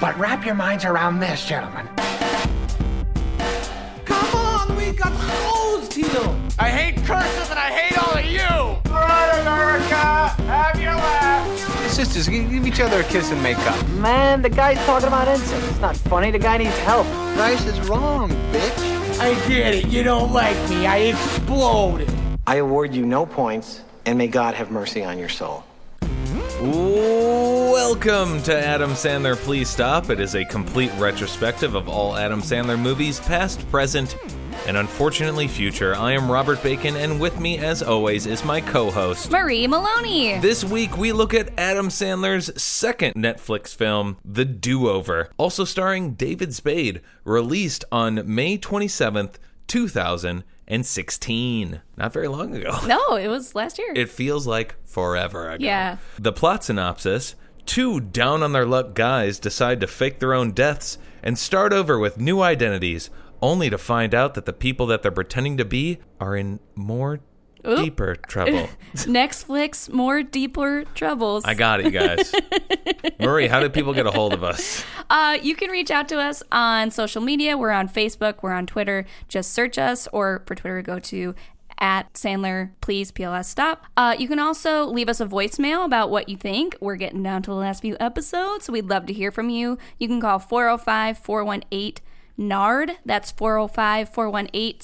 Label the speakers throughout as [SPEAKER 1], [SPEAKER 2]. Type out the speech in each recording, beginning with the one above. [SPEAKER 1] But wrap your minds around this, gentlemen.
[SPEAKER 2] Come on, we got hosed here.
[SPEAKER 1] I hate curses and I hate all of you.
[SPEAKER 3] All right, America, have your laugh.
[SPEAKER 4] Sisters, gi- give each other a kiss and make up.
[SPEAKER 5] Man, the guy's talking about insects. It's not funny. The guy needs help.
[SPEAKER 4] Price is wrong, bitch.
[SPEAKER 2] I get it. You don't like me. I exploded.
[SPEAKER 6] I award you no points, and may God have mercy on your soul.
[SPEAKER 7] Welcome to Adam Sandler Please Stop. It is a complete retrospective of all Adam Sandler movies, past, present, and unfortunately future. I am Robert Bacon, and with me, as always, is my co host.
[SPEAKER 8] Marie Maloney.
[SPEAKER 7] This week, we look at Adam Sandler's second Netflix film, The Do Over, also starring David Spade, released on May 27th, 2016. Not very long ago.
[SPEAKER 8] No, it was last year.
[SPEAKER 7] It feels like forever ago.
[SPEAKER 8] Yeah.
[SPEAKER 7] The plot synopsis two down on their luck guys decide to fake their own deaths and start over with new identities, only to find out that the people that they're pretending to be are in more
[SPEAKER 8] Oop.
[SPEAKER 7] deeper trouble.
[SPEAKER 8] Next flicks, more deeper troubles.
[SPEAKER 7] I got it, you guys. Marie, how do people get a hold of us?
[SPEAKER 8] Uh, you can reach out to us on social media. We're on Facebook. We're on Twitter. Just search us, or for Twitter, go to at Sandler Please PLS Stop. Uh, you can also leave us a voicemail about what you think. We're getting down to the last few episodes, so we'd love to hear from you. You can call 405 418 NARD. That's 405 418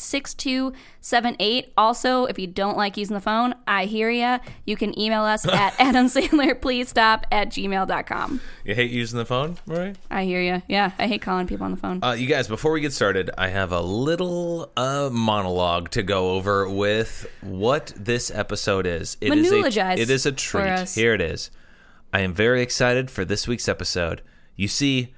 [SPEAKER 8] 6278. Also, if you don't like using the phone, I hear ya. You can email us at Adam Sandler Please Stop at gmail.com.
[SPEAKER 7] You hate using the phone, Marie?
[SPEAKER 8] I hear ya. Yeah, I hate calling people on the phone.
[SPEAKER 7] Uh, you guys, before we get started, I have a little uh, monologue to go over with what this episode is. It is a,
[SPEAKER 8] Monologize
[SPEAKER 7] it is a
[SPEAKER 8] for
[SPEAKER 7] treat.
[SPEAKER 8] us.
[SPEAKER 7] Here it is. I am very excited for this week's episode. You see,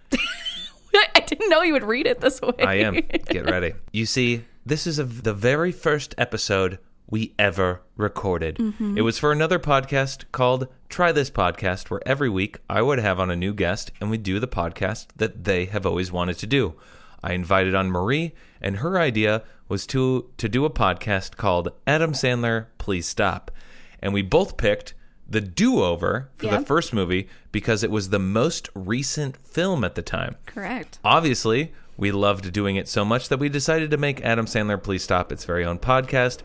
[SPEAKER 8] I didn't know you would read it this way.
[SPEAKER 7] I am. Get ready. You see, this is a, the very first episode we ever recorded. It was for another podcast called Try This Podcast, where every week I would have on a new guest and we'd do the podcast that they have always wanted to do. I invited on Marie, and her idea was to to do a podcast called Adam Sandler Please Stop. And we both picked the do over for
[SPEAKER 8] Yeah.
[SPEAKER 7] the first movie because it was the most recent film at the time.
[SPEAKER 8] Correct.
[SPEAKER 7] Obviously, we loved doing it so much that we decided to make Adam Sandler Please Stop its very own podcast.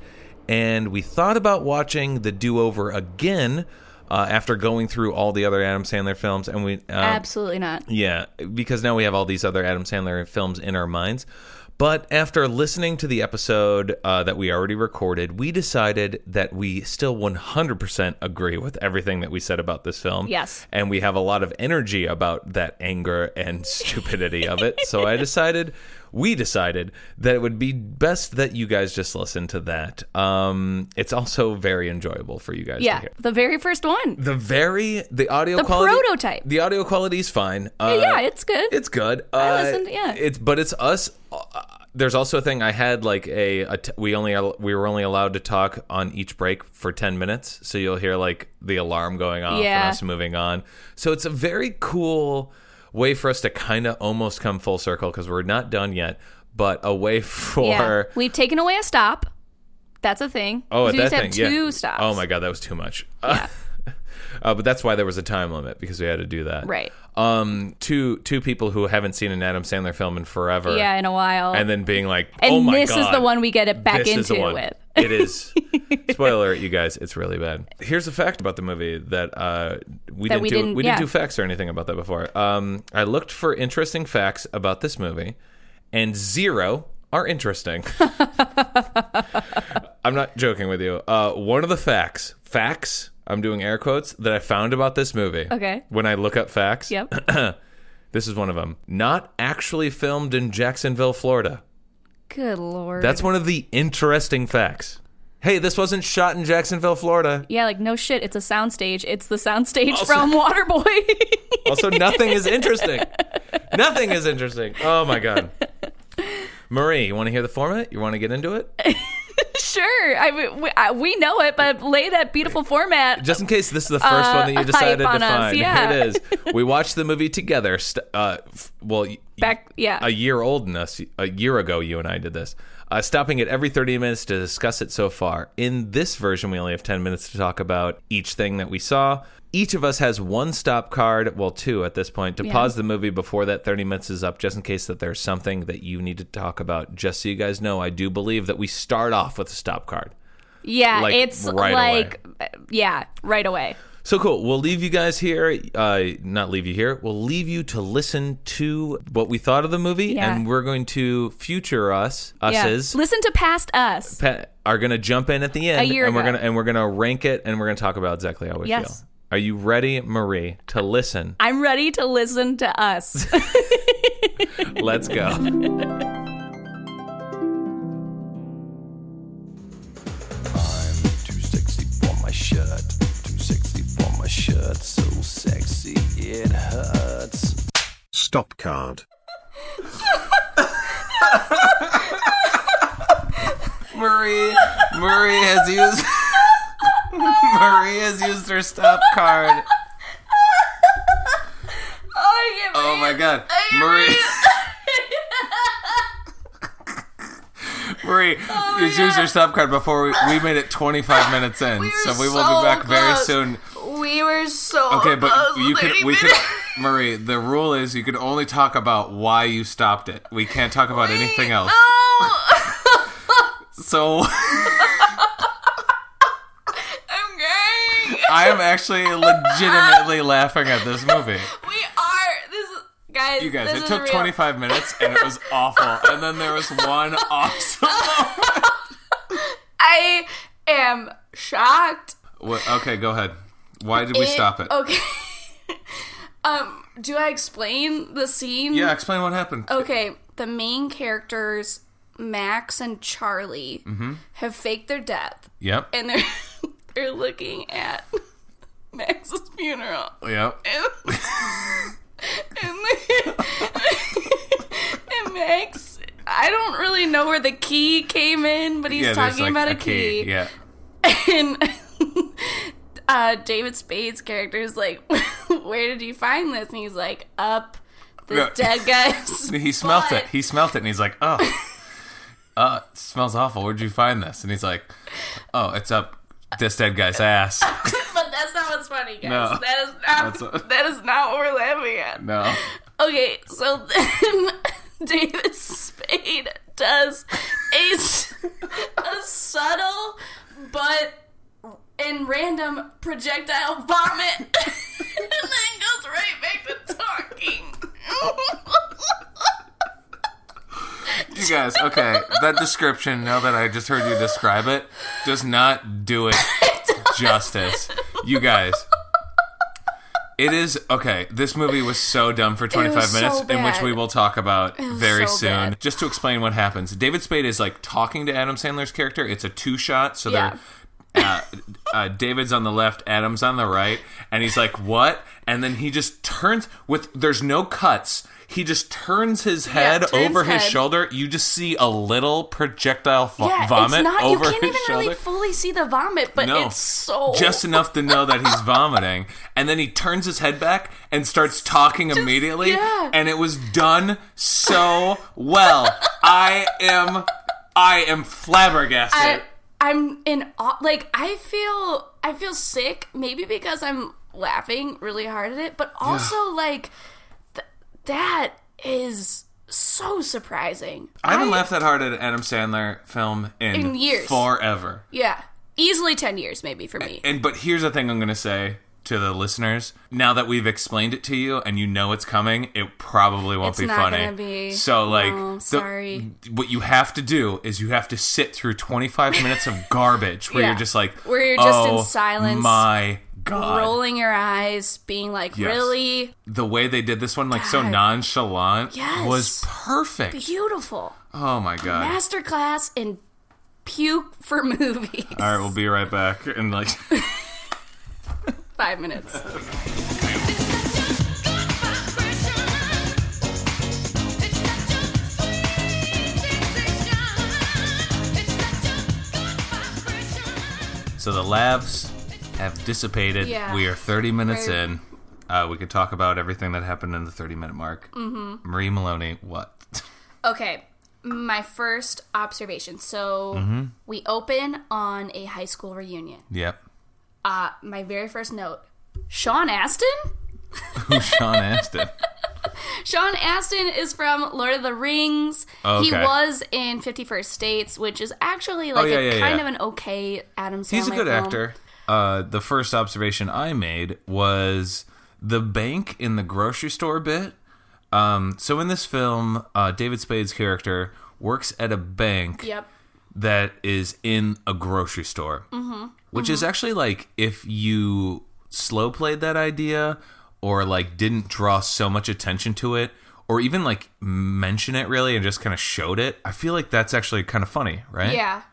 [SPEAKER 7] And we thought about watching the do over again uh, after going through all the other Adam Sandler films. And we, uh,
[SPEAKER 8] Absolutely not.
[SPEAKER 7] yeah, because now we have all these other Adam Sandler films in our minds. But after listening to the episode uh, that we already recorded, we decided that we still 100% agree with everything that we said about this film.
[SPEAKER 8] Yes.
[SPEAKER 7] And we have a lot of energy about that anger and stupidity of it. So I decided, we decided that it would be best that you guys just listen to that. Um, it's also very enjoyable for you guys to
[SPEAKER 8] Yeah,
[SPEAKER 7] hear.
[SPEAKER 8] the very first one.
[SPEAKER 7] The very the audio
[SPEAKER 8] The
[SPEAKER 7] quality
[SPEAKER 8] prototype.
[SPEAKER 7] The audio quality is fine. Uh,
[SPEAKER 8] yeah, it's good.
[SPEAKER 7] It's good. Uh,
[SPEAKER 8] listened, yeah.
[SPEAKER 7] It's but it's us. Uh, there's also a thing I had like a, a t- we only al- we were only allowed to talk on each break for ten minutes, so you'll hear like the alarm going off
[SPEAKER 8] Yeah.
[SPEAKER 7] and us moving on. So it's a very cool way for us to kind of almost come full circle because we're not done yet, but a way for
[SPEAKER 8] yeah. We've taken away a stop. That's a thing.
[SPEAKER 7] Oh,
[SPEAKER 8] So
[SPEAKER 7] at
[SPEAKER 8] you
[SPEAKER 7] that
[SPEAKER 8] just
[SPEAKER 7] thing,
[SPEAKER 8] have
[SPEAKER 7] yeah.
[SPEAKER 8] two stops.
[SPEAKER 7] Oh my god, that was too much. uh, but that's why there was a time limit because we had to do that.
[SPEAKER 8] Right.
[SPEAKER 7] Um, two two people who haven't seen an Adam Sandler film in forever.
[SPEAKER 8] Yeah, in a while.
[SPEAKER 7] and then being like,
[SPEAKER 8] And
[SPEAKER 7] oh my
[SPEAKER 8] this
[SPEAKER 7] god,
[SPEAKER 8] is the one we get it back
[SPEAKER 7] this is the
[SPEAKER 8] into it
[SPEAKER 7] one.
[SPEAKER 8] with.
[SPEAKER 9] It is. Spoiler alert, you guys, it's really bad. Here's a fact about the movie that uh, we
[SPEAKER 8] That
[SPEAKER 9] didn't
[SPEAKER 8] we
[SPEAKER 9] do.
[SPEAKER 8] didn't-
[SPEAKER 9] we
[SPEAKER 8] yeah.
[SPEAKER 9] didn't do facts or anything about that before. Um, I looked for interesting facts about this movie, and zero are interesting. I'm not joking with you. Uh, one of the facts, facts, I'm doing air quotes, that I found about this movie.
[SPEAKER 8] Okay.
[SPEAKER 9] When I look up facts.
[SPEAKER 8] Yep.
[SPEAKER 9] this is one of them. Not actually filmed in Jacksonville, Florida.
[SPEAKER 8] Good lord.
[SPEAKER 9] That's one of the interesting facts. Hey, this wasn't shot in Jacksonville, Florida.
[SPEAKER 8] Yeah, like no shit. It's a soundstage. It's the soundstage
[SPEAKER 9] Also-
[SPEAKER 8] from Waterboy.
[SPEAKER 9] Also, nothing is interesting. nothing is interesting. Oh my god. Marie, you want to hear the format? You want to get into it?
[SPEAKER 8] sure, I, mean, we, I, we know it, but lay that beautiful format.
[SPEAKER 9] Just in case this is the first
[SPEAKER 8] Uh,
[SPEAKER 9] one that you
[SPEAKER 8] hype
[SPEAKER 9] decided to
[SPEAKER 8] on us,
[SPEAKER 9] find.
[SPEAKER 8] yeah.
[SPEAKER 9] Here it is. We watched the movie together. St- uh, f- well, y-
[SPEAKER 8] Back, yeah.
[SPEAKER 9] a year old in us. A year ago, you and I did this. Uh, stopping at every 30 minutes to discuss it so far. In this version, we only have 10 minutes to talk about each thing that we saw. Each of us has one stop card, well, two at this point, to
[SPEAKER 8] Yeah.
[SPEAKER 9] pause the movie before that 30 minutes is up, just in case that there's something that you need to talk about. Just so you guys know, I do believe that we start off with a stop card.
[SPEAKER 8] yeah,
[SPEAKER 9] like,
[SPEAKER 8] it's
[SPEAKER 9] right
[SPEAKER 8] like, yeah, right away.
[SPEAKER 9] So cool. We'll leave you guys here. Uh, not leave you here. We'll leave you to listen to what we thought of the movie,
[SPEAKER 8] Yeah.
[SPEAKER 9] and we're going to future us,
[SPEAKER 8] Yeah.
[SPEAKER 9] uses,
[SPEAKER 8] Listen to Past Us.
[SPEAKER 9] pa- are going to jump in at the end,
[SPEAKER 8] A year
[SPEAKER 9] and we're
[SPEAKER 8] ago.
[SPEAKER 9] gonna and we're gonna rank it, and we're gonna talk about exactly how we
[SPEAKER 8] Yes.
[SPEAKER 9] feel. Are you ready, Marie, to listen?
[SPEAKER 8] I'm ready to listen to us.
[SPEAKER 9] Let's go.
[SPEAKER 10] for my shirt. Too sexy for my shirt. So sexy it hurts.
[SPEAKER 6] Stop card.
[SPEAKER 7] Marie, Marie has used. Marie has used her stop card. Oh my god, Marie. Marie,
[SPEAKER 8] Oh
[SPEAKER 7] you used her stop card before we, we made it 25 minutes in, so we will
[SPEAKER 11] so
[SPEAKER 7] be back very
[SPEAKER 11] close.
[SPEAKER 7] soon.
[SPEAKER 11] We were so
[SPEAKER 7] Okay, but
[SPEAKER 11] close
[SPEAKER 7] you can
[SPEAKER 11] 30
[SPEAKER 7] we can
[SPEAKER 11] minutes.
[SPEAKER 7] Marie. The rule is you can only talk about why you stopped it. We can't talk about anything else.
[SPEAKER 11] Oh,
[SPEAKER 7] so
[SPEAKER 11] I'm going.
[SPEAKER 7] I am actually legitimately laughing at this movie.
[SPEAKER 11] We are. This is, guys.
[SPEAKER 7] You guys,
[SPEAKER 11] this
[SPEAKER 7] it
[SPEAKER 11] is
[SPEAKER 7] took
[SPEAKER 11] real.
[SPEAKER 7] 25 minutes and it was awful. And then there was one awesome.
[SPEAKER 11] I am shocked.
[SPEAKER 7] What, okay, go ahead. Why did we
[SPEAKER 11] It-
[SPEAKER 7] stop it?
[SPEAKER 11] Okay. um, do I explain the scene?
[SPEAKER 7] Yeah, explain what happened.
[SPEAKER 11] Okay, the main characters Max and Charlie
[SPEAKER 7] Mm-hmm.
[SPEAKER 11] have faked their death,
[SPEAKER 7] Yep.
[SPEAKER 11] and they're they're looking at Max's funeral.
[SPEAKER 7] Yep.
[SPEAKER 11] and, and, they- and Max, I don't really know where the key came in, but he's
[SPEAKER 7] yeah, there's,
[SPEAKER 11] talking
[SPEAKER 7] like,
[SPEAKER 11] about a,
[SPEAKER 7] key.
[SPEAKER 11] key.
[SPEAKER 7] Yeah.
[SPEAKER 11] And uh, David Spade's character is like, Where did you find this? And he's like, Up the
[SPEAKER 7] No.
[SPEAKER 11] dead guy's.
[SPEAKER 7] He smelt it. He smelt it and he's like, oh, uh, it smells awful. Where'd you find this? And he's like, oh, it's up this dead guy's ass.
[SPEAKER 11] but that's not what's funny, guys.
[SPEAKER 7] No.
[SPEAKER 11] That is not.
[SPEAKER 7] That's a-
[SPEAKER 11] that is not what we're laughing at.
[SPEAKER 7] No.
[SPEAKER 11] Okay, so then David Spade does a, s- a subtle but and random projectile vomit and then goes right back to talking.
[SPEAKER 7] You guys, okay, that description, now that I just heard you describe it, does not do it justice. You guys. It is okay. This movie was so dumb for 25
[SPEAKER 11] was
[SPEAKER 7] minutes,
[SPEAKER 11] so
[SPEAKER 7] in which we
[SPEAKER 11] bad.
[SPEAKER 7] will talk about
[SPEAKER 11] It was
[SPEAKER 7] very
[SPEAKER 11] so
[SPEAKER 7] soon.
[SPEAKER 11] bad.
[SPEAKER 7] Just to explain what happens, David Spade is like talking to Adam Sandler's character. It's a two shot, so
[SPEAKER 11] Yeah.
[SPEAKER 7] they're uh, uh, David's on the left, Adam's on the right, and he's like, "What?" And then he just turns with. There's no cuts. He just turns his head
[SPEAKER 11] turns
[SPEAKER 7] over his
[SPEAKER 11] head.
[SPEAKER 7] shoulder. You just see a little projectile vo- vomit
[SPEAKER 11] it's not.
[SPEAKER 7] over
[SPEAKER 11] you can't
[SPEAKER 7] his
[SPEAKER 11] even
[SPEAKER 7] shoulder.
[SPEAKER 11] really fully see the vomit, but
[SPEAKER 7] no,
[SPEAKER 11] it's so
[SPEAKER 7] just enough to know that he's vomiting, and then he turns his head back and starts talking immediately.
[SPEAKER 11] yeah.
[SPEAKER 7] And it was done so well. I am, I am flabbergasted.
[SPEAKER 11] I, I'm in awe. Like I feel, I feel sick. Maybe because I'm laughing really hard at it, but also like th- that is so surprising.
[SPEAKER 7] I haven't laughed that hard at an Adam Sandler film in,
[SPEAKER 11] In years.
[SPEAKER 7] forever.
[SPEAKER 11] Yeah. Easily 10 years, maybe, for me.
[SPEAKER 7] And but here's the thing I'm going to say to the listeners: now that we've explained it to you and you know it's coming, it probably won't
[SPEAKER 11] It's
[SPEAKER 7] be
[SPEAKER 11] not
[SPEAKER 7] funny.
[SPEAKER 11] gonna be.
[SPEAKER 7] So like,
[SPEAKER 11] No,
[SPEAKER 7] the-
[SPEAKER 11] sorry.
[SPEAKER 7] what you have to do is you have to sit through 25 minutes of garbage where
[SPEAKER 11] Yeah.
[SPEAKER 7] you're just like,
[SPEAKER 11] Where you're just in
[SPEAKER 7] "Oh
[SPEAKER 11] silence,
[SPEAKER 7] My God,
[SPEAKER 11] Rolling your eyes, being like,
[SPEAKER 7] Yes.
[SPEAKER 11] really?
[SPEAKER 7] the way they did this one, like so
[SPEAKER 11] God.
[SPEAKER 7] nonchalant,
[SPEAKER 11] Yes.
[SPEAKER 7] was perfect.
[SPEAKER 11] Beautiful.
[SPEAKER 7] oh my God.
[SPEAKER 11] Masterclass in puke for movies.
[SPEAKER 7] All right, we'll be right back and like.
[SPEAKER 11] Five minutes.
[SPEAKER 7] So the laughs have dissipated.
[SPEAKER 11] Yeah.
[SPEAKER 7] We are 30 minutes
[SPEAKER 11] We're-
[SPEAKER 7] in. Uh, we could talk about everything that happened in the 30 minute mark.
[SPEAKER 11] Mhm.
[SPEAKER 7] Marie Maloney, what?
[SPEAKER 11] Okay, my first observation. So
[SPEAKER 7] Mhm.
[SPEAKER 11] we open on a high school reunion.
[SPEAKER 7] yep.
[SPEAKER 11] Uh, my very first note Sean Astin?
[SPEAKER 7] Who's Sean Astin?
[SPEAKER 11] Sean Astin is from Lord of the Rings. He
[SPEAKER 7] Oh, Okay.
[SPEAKER 11] was in 51st States, which is actually
[SPEAKER 7] Oh,
[SPEAKER 11] like
[SPEAKER 7] yeah,
[SPEAKER 11] a
[SPEAKER 7] yeah,
[SPEAKER 11] kind
[SPEAKER 7] yeah.
[SPEAKER 11] of an okay Adam Sandler
[SPEAKER 7] He's a good
[SPEAKER 11] film.
[SPEAKER 7] actor. Uh, the first observation I made was the bank in the grocery store bit. Um, so in this film, uh, David Spade's character works at a bank
[SPEAKER 11] Yep.
[SPEAKER 7] that is in a grocery store.
[SPEAKER 11] Mm-hmm.
[SPEAKER 7] which is actually like if you slow played that idea or like didn't draw so much attention to it or even like mention it really and just kind of showed it i feel like that's actually kind of funny right
[SPEAKER 11] Yeah.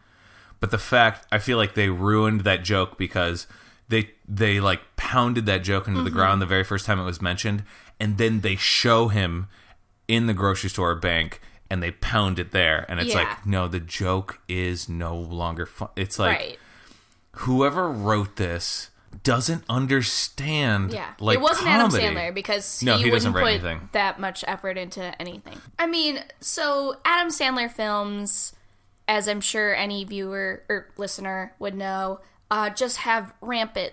[SPEAKER 7] but the fact i feel like they ruined that joke because they they like pounded that joke into the
[SPEAKER 11] Mhm.
[SPEAKER 7] ground the very first time it was mentioned and then they show him in the grocery store or bank and they pound it there and it's
[SPEAKER 11] Yeah.
[SPEAKER 7] like no the joke is no longer fun it's like
[SPEAKER 11] right.
[SPEAKER 7] whoever wrote this doesn't understand.
[SPEAKER 11] Yeah.
[SPEAKER 7] like
[SPEAKER 11] it wasn't
[SPEAKER 7] comedy.
[SPEAKER 11] Adam Sandler because
[SPEAKER 7] no,
[SPEAKER 11] he,
[SPEAKER 7] he, doesn't
[SPEAKER 11] wouldn't
[SPEAKER 7] write
[SPEAKER 11] put
[SPEAKER 7] anything.
[SPEAKER 11] that much effort into anything. I mean, so Adam Sandler films, as I'm sure any viewer or listener would know, uh, just have rampant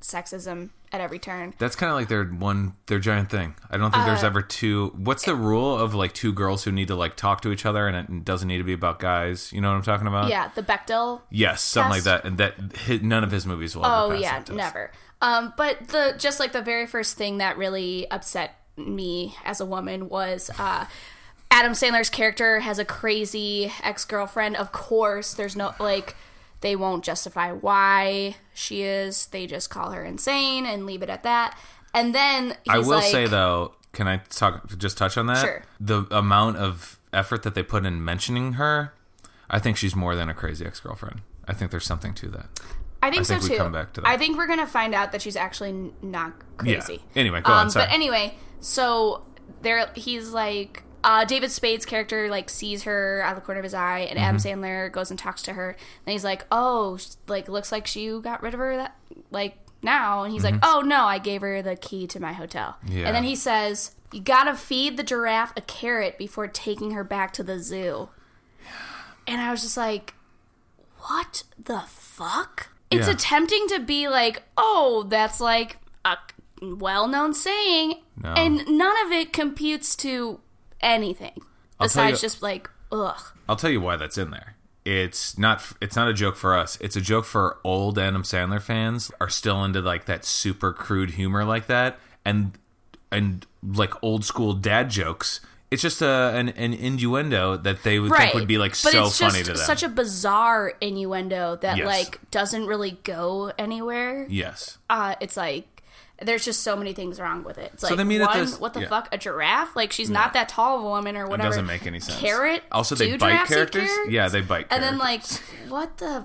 [SPEAKER 11] sexism at every turn.
[SPEAKER 7] That's kind of like their one, their giant thing. I don't think there's
[SPEAKER 11] Uh,
[SPEAKER 7] ever two. What's the rule of like two girls who need to like talk to each other and it doesn't need to be about guys? You know what I'm talking about?
[SPEAKER 11] yeah, the Bechdel.
[SPEAKER 7] Yes, something
[SPEAKER 11] Test.
[SPEAKER 7] like that. And that hi none of his movies will.
[SPEAKER 11] Oh
[SPEAKER 7] ever pass
[SPEAKER 11] yeah,
[SPEAKER 7] that test.
[SPEAKER 11] never. Um, but the just like the very first thing that really upset me as a woman was uh, Adam Sandler's character has a crazy ex girlfriend. Of course, there's no like they won't justify why she is. They just call her insane and leave it at that. And then he's
[SPEAKER 7] I will
[SPEAKER 11] like,
[SPEAKER 7] say though, can I talk? Just touch on that.
[SPEAKER 11] Sure.
[SPEAKER 7] The amount of effort that they put in mentioning her, I think she's more than a crazy ex-girlfriend. I think there's something to that.
[SPEAKER 11] I think, so
[SPEAKER 7] we
[SPEAKER 11] too.
[SPEAKER 7] come back to that.
[SPEAKER 11] I think we're gonna find out that she's actually n- not crazy. Um,
[SPEAKER 7] Yeah. Anyway, go on, sorry.
[SPEAKER 11] But anyway, so there he's like uh, David Spade's character like sees her out of the corner of his eye, and Adam
[SPEAKER 6] Mhm.
[SPEAKER 11] Sandler goes and talks to her, and he's like, "Oh, sh- like looks like she got rid of her that like now," and he's
[SPEAKER 6] Mhm.
[SPEAKER 11] like, "Oh no, I gave her the key to my hotel,"
[SPEAKER 6] Yeah.
[SPEAKER 11] and then he says, "You gotta feed the giraffe a carrot before taking her back to the zoo," and I was just like, "What the fuck?" It's
[SPEAKER 6] Yeah.
[SPEAKER 11] attempting to be like, "Oh, that's like a well-known saying,"
[SPEAKER 7] No.
[SPEAKER 11] and none of it computes to anything
[SPEAKER 7] I'll tell
[SPEAKER 11] besides
[SPEAKER 7] you-
[SPEAKER 11] just like, ugh.
[SPEAKER 7] I'll tell you why that's in there. It's not it's not a joke for us. It's a joke for old Adam Sandler fans are still into like that super crude humor like that and and like old school dad jokes. It's just a an, an innuendo that they would think would be like
[SPEAKER 11] but
[SPEAKER 7] so
[SPEAKER 11] it's
[SPEAKER 7] funny
[SPEAKER 11] just
[SPEAKER 7] to them.
[SPEAKER 11] Such a bizarre innuendo that
[SPEAKER 7] Yes.
[SPEAKER 11] like doesn't really go anywhere.
[SPEAKER 7] yes.
[SPEAKER 11] Uh, it's like there's just so many things wrong with it. It's
[SPEAKER 7] So
[SPEAKER 11] like
[SPEAKER 7] they meet at
[SPEAKER 11] one,
[SPEAKER 7] this-
[SPEAKER 11] what the
[SPEAKER 7] yeah.
[SPEAKER 11] fuck, a giraffe? Like she's not that tall of a woman or
[SPEAKER 7] It
[SPEAKER 11] whatever.
[SPEAKER 7] doesn't make any sense.
[SPEAKER 11] Carrot.
[SPEAKER 7] Also
[SPEAKER 11] Do
[SPEAKER 7] they bite
[SPEAKER 11] giraffes eat
[SPEAKER 7] characters?
[SPEAKER 11] carrots?
[SPEAKER 7] Yeah, they bite
[SPEAKER 11] And
[SPEAKER 7] characters.
[SPEAKER 11] then like, what the?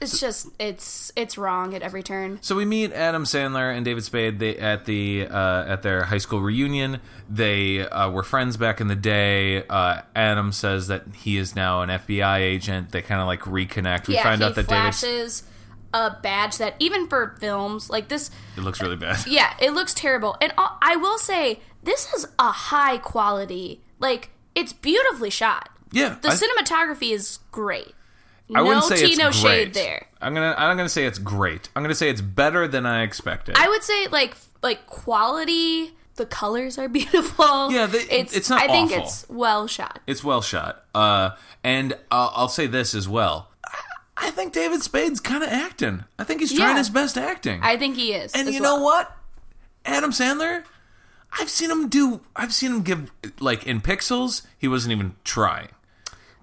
[SPEAKER 11] It's just it's it's wrong at every turn.
[SPEAKER 7] So we meet Adam Sandler and David Spade they, at the uh, at their high school reunion. They uh, were friends back in the day. Uh, Adam says that he is now an FBI agent. They kind of like reconnect. We
[SPEAKER 11] yeah,
[SPEAKER 7] find
[SPEAKER 11] he
[SPEAKER 7] out that David
[SPEAKER 11] flashes a badge that even for films like this.
[SPEAKER 7] it looks really bad.
[SPEAKER 11] Yeah, it looks terrible. And I I will say this is a high quality. Like it's beautifully shot.
[SPEAKER 7] yeah.
[SPEAKER 11] The
[SPEAKER 7] I-
[SPEAKER 11] cinematography is great.
[SPEAKER 7] I wouldn't
[SPEAKER 11] no
[SPEAKER 7] say
[SPEAKER 11] tea,
[SPEAKER 7] it's
[SPEAKER 11] no
[SPEAKER 7] great.
[SPEAKER 11] shade there.
[SPEAKER 7] I'm gonna I'm gonna say it's great. I'm gonna say it's better than I expected.
[SPEAKER 11] I would say like like quality the colors are beautiful.
[SPEAKER 7] Yeah, they- it's not
[SPEAKER 11] I think
[SPEAKER 7] awful.
[SPEAKER 11] it's well shot.
[SPEAKER 7] It's well shot. Uh, and I'll, I'll say this as well. I- I think David Spade's kind of acting. I think he's trying
[SPEAKER 11] Yeah.
[SPEAKER 7] his best acting.
[SPEAKER 11] I think he is.
[SPEAKER 7] And
[SPEAKER 11] as
[SPEAKER 7] you
[SPEAKER 11] well.
[SPEAKER 7] know what? Adam Sandler, I've seen him do. I've seen him give like in Pixels. He wasn't even trying.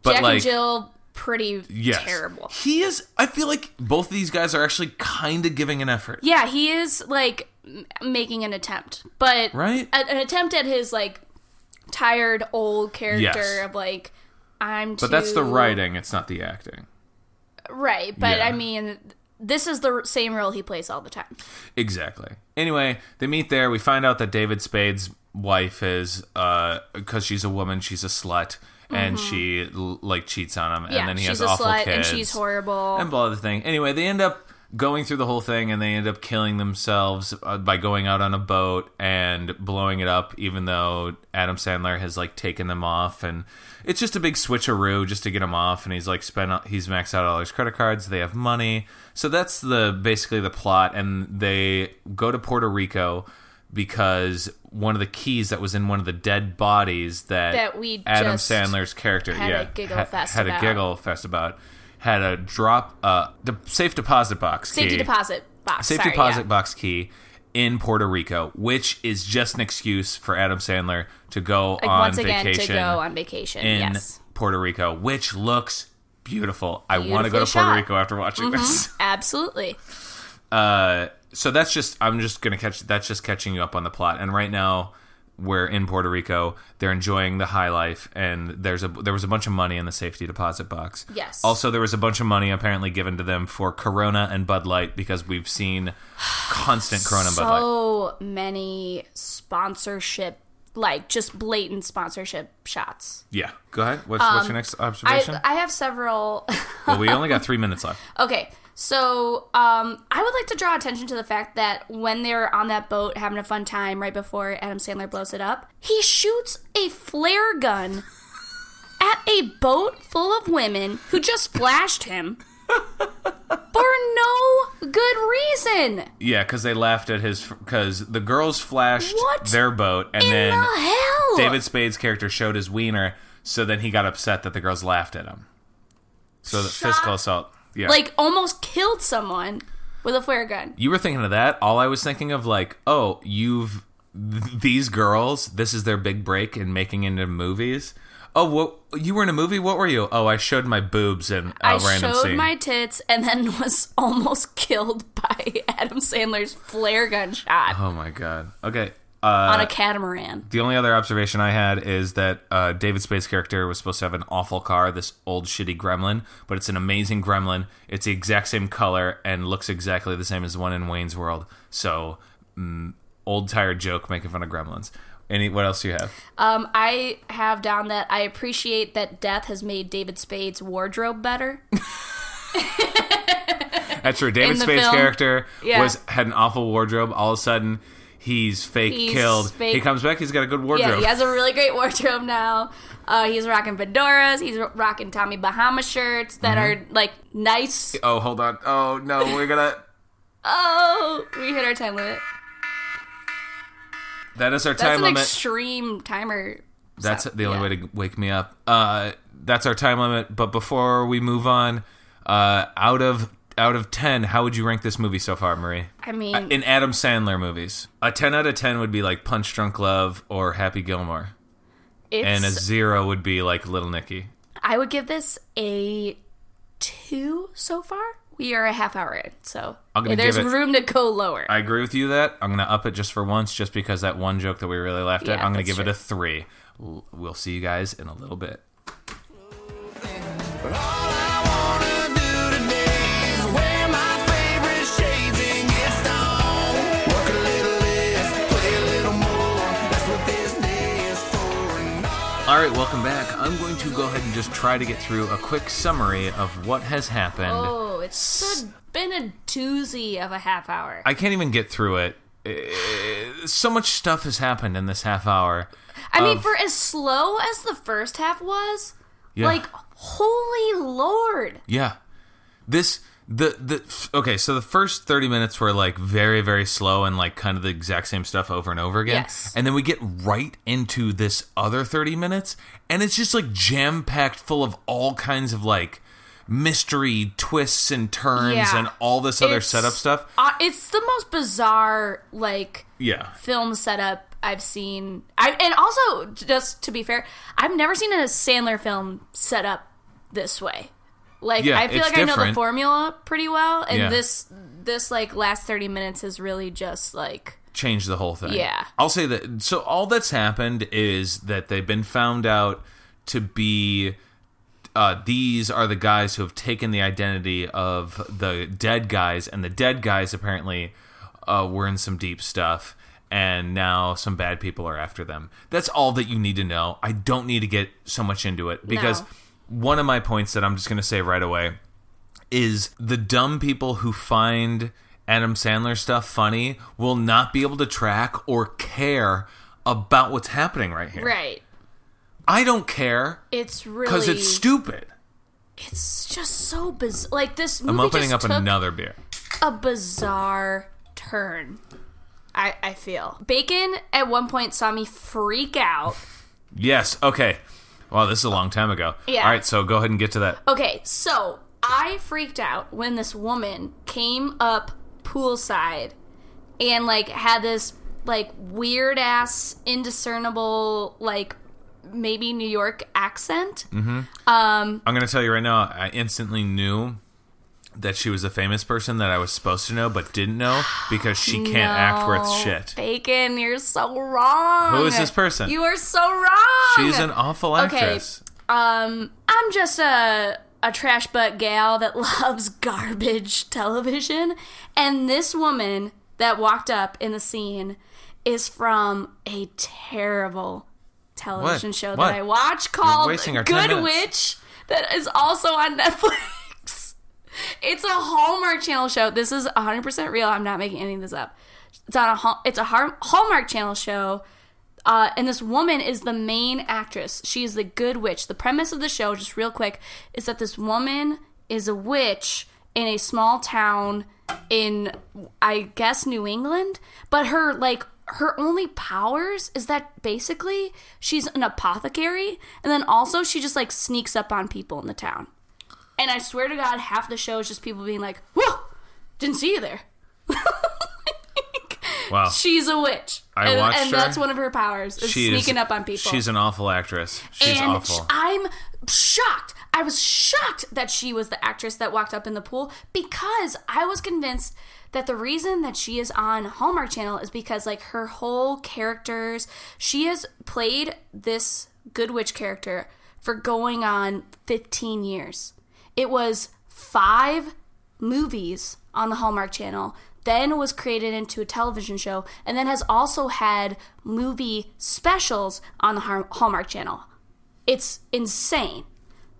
[SPEAKER 7] But
[SPEAKER 11] Jack
[SPEAKER 7] like,
[SPEAKER 11] and Jill, pretty
[SPEAKER 7] yes,
[SPEAKER 11] terrible.
[SPEAKER 7] He is. I feel like both of these guys are actually kind of giving an effort.
[SPEAKER 11] Yeah, he is like m- making an attempt, but
[SPEAKER 7] Right?
[SPEAKER 11] a- an attempt at his like tired old character
[SPEAKER 7] Yes.
[SPEAKER 11] of like I'm.
[SPEAKER 7] But that's the
[SPEAKER 11] too-
[SPEAKER 7] writing. It's not the acting.
[SPEAKER 11] right? But
[SPEAKER 7] Yeah.
[SPEAKER 11] I mean, this is the r- same role he plays all the time.
[SPEAKER 7] Exactly. Anyway, they meet there. We find out that David Spade's wife is because she's a woman, she's a slut, and
[SPEAKER 11] Mhm.
[SPEAKER 7] she l- like cheats on him,
[SPEAKER 11] yeah,
[SPEAKER 7] and then he
[SPEAKER 11] she's
[SPEAKER 7] has
[SPEAKER 11] a
[SPEAKER 7] awful
[SPEAKER 11] slut and
[SPEAKER 7] kids
[SPEAKER 11] she's horrible.
[SPEAKER 7] and blah the thing. Anyway, they end up going through the whole thing, and they end up killing themselves uh, by going out on a boat and blowing it up, even though Adam Sandler has like taken them off, and it's just a big switcheroo just to get them off. And he's like spent he's maxed out all his credit cards. They have money, so that's the basically the plot. And they go to Puerto Rico. Because one of the keys that was in one of the dead bodies that,
[SPEAKER 11] That we
[SPEAKER 7] Adam
[SPEAKER 11] just
[SPEAKER 7] Sandler's character
[SPEAKER 11] had a
[SPEAKER 7] yeah
[SPEAKER 11] giggle
[SPEAKER 7] ha-
[SPEAKER 11] fest
[SPEAKER 7] had
[SPEAKER 11] about.
[SPEAKER 7] a giggle fest about had a drop uh de- safe deposit box
[SPEAKER 11] Safety
[SPEAKER 7] key.
[SPEAKER 11] deposit box.
[SPEAKER 7] safe
[SPEAKER 11] sorry,
[SPEAKER 7] deposit
[SPEAKER 11] yeah.
[SPEAKER 7] box key in Puerto Rico, which is just an excuse for Adam Sandler to go
[SPEAKER 11] Like
[SPEAKER 7] on
[SPEAKER 11] once again
[SPEAKER 7] vacation
[SPEAKER 11] to go on vacation.
[SPEAKER 7] in
[SPEAKER 11] yes.
[SPEAKER 7] Puerto Rico, which looks beautiful. I want to go to
[SPEAKER 11] Beautifully
[SPEAKER 7] Puerto
[SPEAKER 11] shot.
[SPEAKER 7] Rico after watching this.
[SPEAKER 11] Mhm, Absolutely.
[SPEAKER 7] Uh, so that's just I'm just gonna catch that's just catching you up on the plot. And right now we're in Puerto Rico. They're enjoying the high life, and there's a there was a bunch of money in the safety deposit box.
[SPEAKER 11] Yes.
[SPEAKER 7] Also, there was a bunch of money apparently given to them for Corona and Bud Light because we've seen constant Corona and Bud Light.
[SPEAKER 11] so many sponsorship, like just blatant sponsorship shots.
[SPEAKER 7] Yeah. Go ahead. What's, what's
[SPEAKER 11] Um,
[SPEAKER 7] your next observation?
[SPEAKER 11] I, I have several.
[SPEAKER 7] well, we only got three minutes left.
[SPEAKER 11] okay, so um, I would like to draw attention to the fact that when they're on that boat having a fun time right before Adam Sandler blows it up, he shoots a flare gun at a boat full of women who just flashed him for no good reason.
[SPEAKER 7] Yeah, because they laughed at his because the girls flashed
[SPEAKER 11] What
[SPEAKER 7] their boat, and
[SPEAKER 11] in
[SPEAKER 7] then
[SPEAKER 11] the hell?
[SPEAKER 7] David Spade's character showed his wiener, so then he got upset that the girls laughed at him. So the physical assault. Yeah,
[SPEAKER 11] Like almost killed someone with a flare gun.
[SPEAKER 7] you were thinking of that. All I was thinking of like, oh, you've th- these girls. This is their big break in making it into movies. Oh, what you were in a movie? What were you? Oh, I showed my boobs in a
[SPEAKER 11] I
[SPEAKER 7] Oh, random
[SPEAKER 11] showed
[SPEAKER 7] scene.
[SPEAKER 11] my tits and then was almost killed by Adam Sandler's flare gun shot
[SPEAKER 7] oh my god. Okay. Uh,
[SPEAKER 11] on a catamaran.
[SPEAKER 7] The only other observation I had is that uh, David Spade's character was supposed to have an awful car, this old shitty Gremlin, but it's an amazing Gremlin. It's the exact same color and looks exactly the same as the one in Wayne's World. So, mm, old tired joke making fun of Gremlins. Any what else do you have?
[SPEAKER 11] Um, I have down that I appreciate that death has made David Spade's wardrobe better.
[SPEAKER 7] That's true. David
[SPEAKER 11] In the
[SPEAKER 7] Spade's
[SPEAKER 11] film.
[SPEAKER 7] character
[SPEAKER 11] Yeah.
[SPEAKER 7] was had an awful wardrobe. All of a sudden, he's fake
[SPEAKER 11] He's
[SPEAKER 7] killed.
[SPEAKER 11] fake-
[SPEAKER 7] He comes back. He's got a good wardrobe.
[SPEAKER 11] Yeah, he has a really great wardrobe now. Uh, he's rocking fedoras. He's ro- rocking Tommy Bahama shirts that
[SPEAKER 7] Mm-hmm.
[SPEAKER 11] are like nice.
[SPEAKER 7] oh, hold on. Oh no, we're gonna.
[SPEAKER 11] Oh, we hit our time limit.
[SPEAKER 7] That is our
[SPEAKER 11] That's
[SPEAKER 7] time
[SPEAKER 11] an
[SPEAKER 7] limit.
[SPEAKER 11] extreme timer.
[SPEAKER 7] That's the only way to wake me up. Uh, that's our time limit. But before we move on, uh, out of out of ten, how would you rank this movie so far, Marie?
[SPEAKER 11] I mean-
[SPEAKER 7] Uh, in Adam Sandler movies, a ten out of ten would be like Punch Drunk Love or Happy Gilmore,
[SPEAKER 11] It's,
[SPEAKER 7] and a zero would be like Little Nicky.
[SPEAKER 11] I would give this a two so far. We are a half hour in, so
[SPEAKER 7] I'm gonna
[SPEAKER 11] there's
[SPEAKER 7] give it-
[SPEAKER 11] room to go lower.
[SPEAKER 7] I agree with you that I'm gonna up it just for once, just because that one joke that we really laughed at.
[SPEAKER 11] Yeah,
[SPEAKER 7] I'm gonna
[SPEAKER 11] that's
[SPEAKER 7] give it
[SPEAKER 11] true.
[SPEAKER 7] a three. L- We'll see you guys in a little bit. All right, welcome back. I'm going to go ahead and just try to get through a quick summary of what has happened.
[SPEAKER 11] oh, it's a- been a doozy of a half hour.
[SPEAKER 7] I can't even get through it. Eh, So much stuff has happened in this half hour.
[SPEAKER 11] I mean,
[SPEAKER 7] of-
[SPEAKER 11] for as slow as the first half was,
[SPEAKER 7] Yeah.
[SPEAKER 11] like holy lord,
[SPEAKER 7] yeah, this the the okay so the first 30 minutes were like very very slow and like kind of the exact same stuff over and over again
[SPEAKER 11] Yes.
[SPEAKER 7] and then we get right into this other 30 minutes and it's just like jam packed full of all kinds of like mystery twists and turns
[SPEAKER 11] Yeah.
[SPEAKER 7] and all this other
[SPEAKER 11] It's-
[SPEAKER 7] setup stuff
[SPEAKER 11] Uh, it's the most bizarre like
[SPEAKER 7] yeah
[SPEAKER 11] film setup I've seen. I and also just to be fair, I've never seen a Sandler film set up this way. Like
[SPEAKER 7] Yeah,
[SPEAKER 11] I feel
[SPEAKER 7] it's
[SPEAKER 11] like I know the
[SPEAKER 7] different.
[SPEAKER 11] formula pretty well, and
[SPEAKER 7] Yeah.
[SPEAKER 11] this this like last thirty minutes is really just like
[SPEAKER 7] change the whole thing.
[SPEAKER 11] Yeah.
[SPEAKER 7] I'll say that. So all that's happened is that they've been found out to be. Uh, these are the guys who have taken the identity of the dead guys, and the dead guys apparently uh, were in some deep stuff, and now some bad people are after them. That's all that you need to know. I don't need to get so much into it because
[SPEAKER 6] No.
[SPEAKER 7] one of my points that I'm just going to say right away is the dumb people who find Adam Sandler stuff funny will not be able to track or care about what's happening right here.
[SPEAKER 11] right.
[SPEAKER 7] I don't care
[SPEAKER 11] It's really
[SPEAKER 7] because it's stupid.
[SPEAKER 11] It's just so bizarre. Like this movie
[SPEAKER 7] I'm opening
[SPEAKER 11] just
[SPEAKER 7] up
[SPEAKER 11] took
[SPEAKER 7] another beer.
[SPEAKER 11] a bizarre turn. I, I feel Bacon at one point saw me freak out
[SPEAKER 7] Yes. Okay. Wow, this is a long time ago.
[SPEAKER 11] Yeah.
[SPEAKER 7] All right, so go ahead and get to that.
[SPEAKER 11] Okay, so I freaked out when this woman came up poolside and like had this like weird ass indiscernible like maybe New York accent.
[SPEAKER 7] Mm-hmm.
[SPEAKER 11] Um
[SPEAKER 7] I'm going to tell you right now, I instantly knew that she was a famous person that I was supposed to know but didn't know because she can't act worth
[SPEAKER 11] no,
[SPEAKER 7] shit.
[SPEAKER 11] Bacon, you're so wrong.
[SPEAKER 7] Who is this person?
[SPEAKER 11] You are so wrong.
[SPEAKER 7] She's an awful actress.
[SPEAKER 11] Okay. Um I'm just a a trash butt gal that loves garbage television and this woman that walked up in the scene is from a terrible television
[SPEAKER 7] What?
[SPEAKER 11] show
[SPEAKER 7] What?
[SPEAKER 11] that I watch
[SPEAKER 7] You're
[SPEAKER 11] called
[SPEAKER 7] wasting our 10
[SPEAKER 11] Good
[SPEAKER 7] minutes.
[SPEAKER 11] Witch that is also on Netflix. It's a Hallmark Channel show. This is 100% real. I'm not making any of this up. It's on a Hall- it's a Har- Hallmark Channel show. Uh, and this woman is the main actress. She is the good witch. The premise of the show, just real quick, is that this woman is a witch in a small town in, I guess, New England. But her like her only powers is that basically she's an apothecary, and then also she just like sneaks up on people in the town. And I swear to God, half the show is just people being like, "Whoa, didn't see you there."
[SPEAKER 7] Wow.
[SPEAKER 11] She's a witch.
[SPEAKER 7] I
[SPEAKER 11] and,
[SPEAKER 7] watched
[SPEAKER 11] and
[SPEAKER 7] her.
[SPEAKER 11] that's one of her powers is
[SPEAKER 7] She is-
[SPEAKER 11] sneaking up on people.
[SPEAKER 7] She's an awful actress. She's
[SPEAKER 11] and
[SPEAKER 7] awful.
[SPEAKER 11] sh- I'm shocked. I was shocked that she was the actress that walked up in the pool because I was convinced that the reason that she is on Hallmark Channel is because like her whole characters, she has played this good witch character for going on 15 years. It was 5 movies on the Hallmark Channel, then was created into a television show, and then has also had movie specials on the Har- Hallmark Channel. It's insane.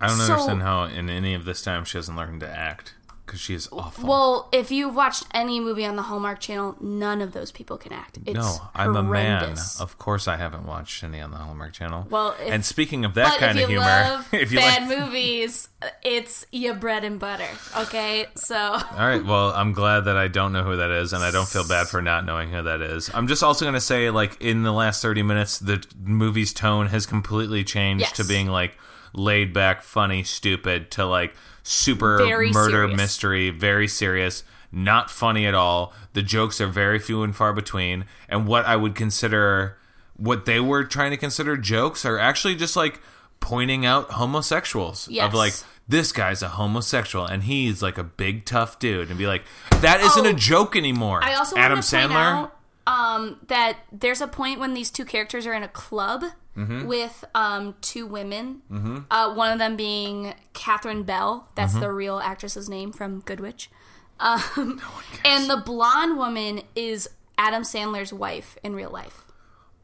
[SPEAKER 7] I don't
[SPEAKER 11] So-
[SPEAKER 7] understand how in any of this time she hasn't learned to act because she is awful.
[SPEAKER 11] Well, if you've watched any movie on the Hallmark Channel, none of those people can act. It's
[SPEAKER 7] no, I'm a man.
[SPEAKER 11] horrendous.
[SPEAKER 7] Of course, I haven't watched any on the Hallmark Channel.
[SPEAKER 11] Well, if-
[SPEAKER 7] and speaking of that
[SPEAKER 11] but
[SPEAKER 7] kind
[SPEAKER 11] if
[SPEAKER 7] of
[SPEAKER 11] you
[SPEAKER 7] humor,
[SPEAKER 11] love
[SPEAKER 7] if you
[SPEAKER 11] bad
[SPEAKER 7] like,
[SPEAKER 11] movies, it's your bread and butter. Okay, so
[SPEAKER 7] all right. Well, I'm glad that I don't know who that is, and I don't feel bad for not knowing who that is. I'm just also going to say, like, in the last 30 minutes, the movie's tone has completely changed
[SPEAKER 11] Yes.
[SPEAKER 7] to being like laid back, funny, stupid, to like super
[SPEAKER 11] Very
[SPEAKER 7] murder
[SPEAKER 11] serious.
[SPEAKER 7] mystery, very serious. Not funny at all. The jokes are very few and far between. And what I would consider what they were trying to consider jokes are actually just like pointing out homosexuals
[SPEAKER 11] Yes.
[SPEAKER 7] of like this guy's a homosexual and he's like a big tough dude and be like that isn't a joke anymore
[SPEAKER 11] Oh, I also
[SPEAKER 7] adam
[SPEAKER 11] want to
[SPEAKER 7] sandler
[SPEAKER 11] point out um, that there's a point when these two characters are in a club
[SPEAKER 7] Mhm.
[SPEAKER 11] with um, two women.
[SPEAKER 7] Mhm.
[SPEAKER 11] Uh, one of them being Catherine Bell. That's
[SPEAKER 7] Mhm.
[SPEAKER 11] the real actress's name from Good Witch. Um, and the blonde woman is Adam Sandler's wife in real life.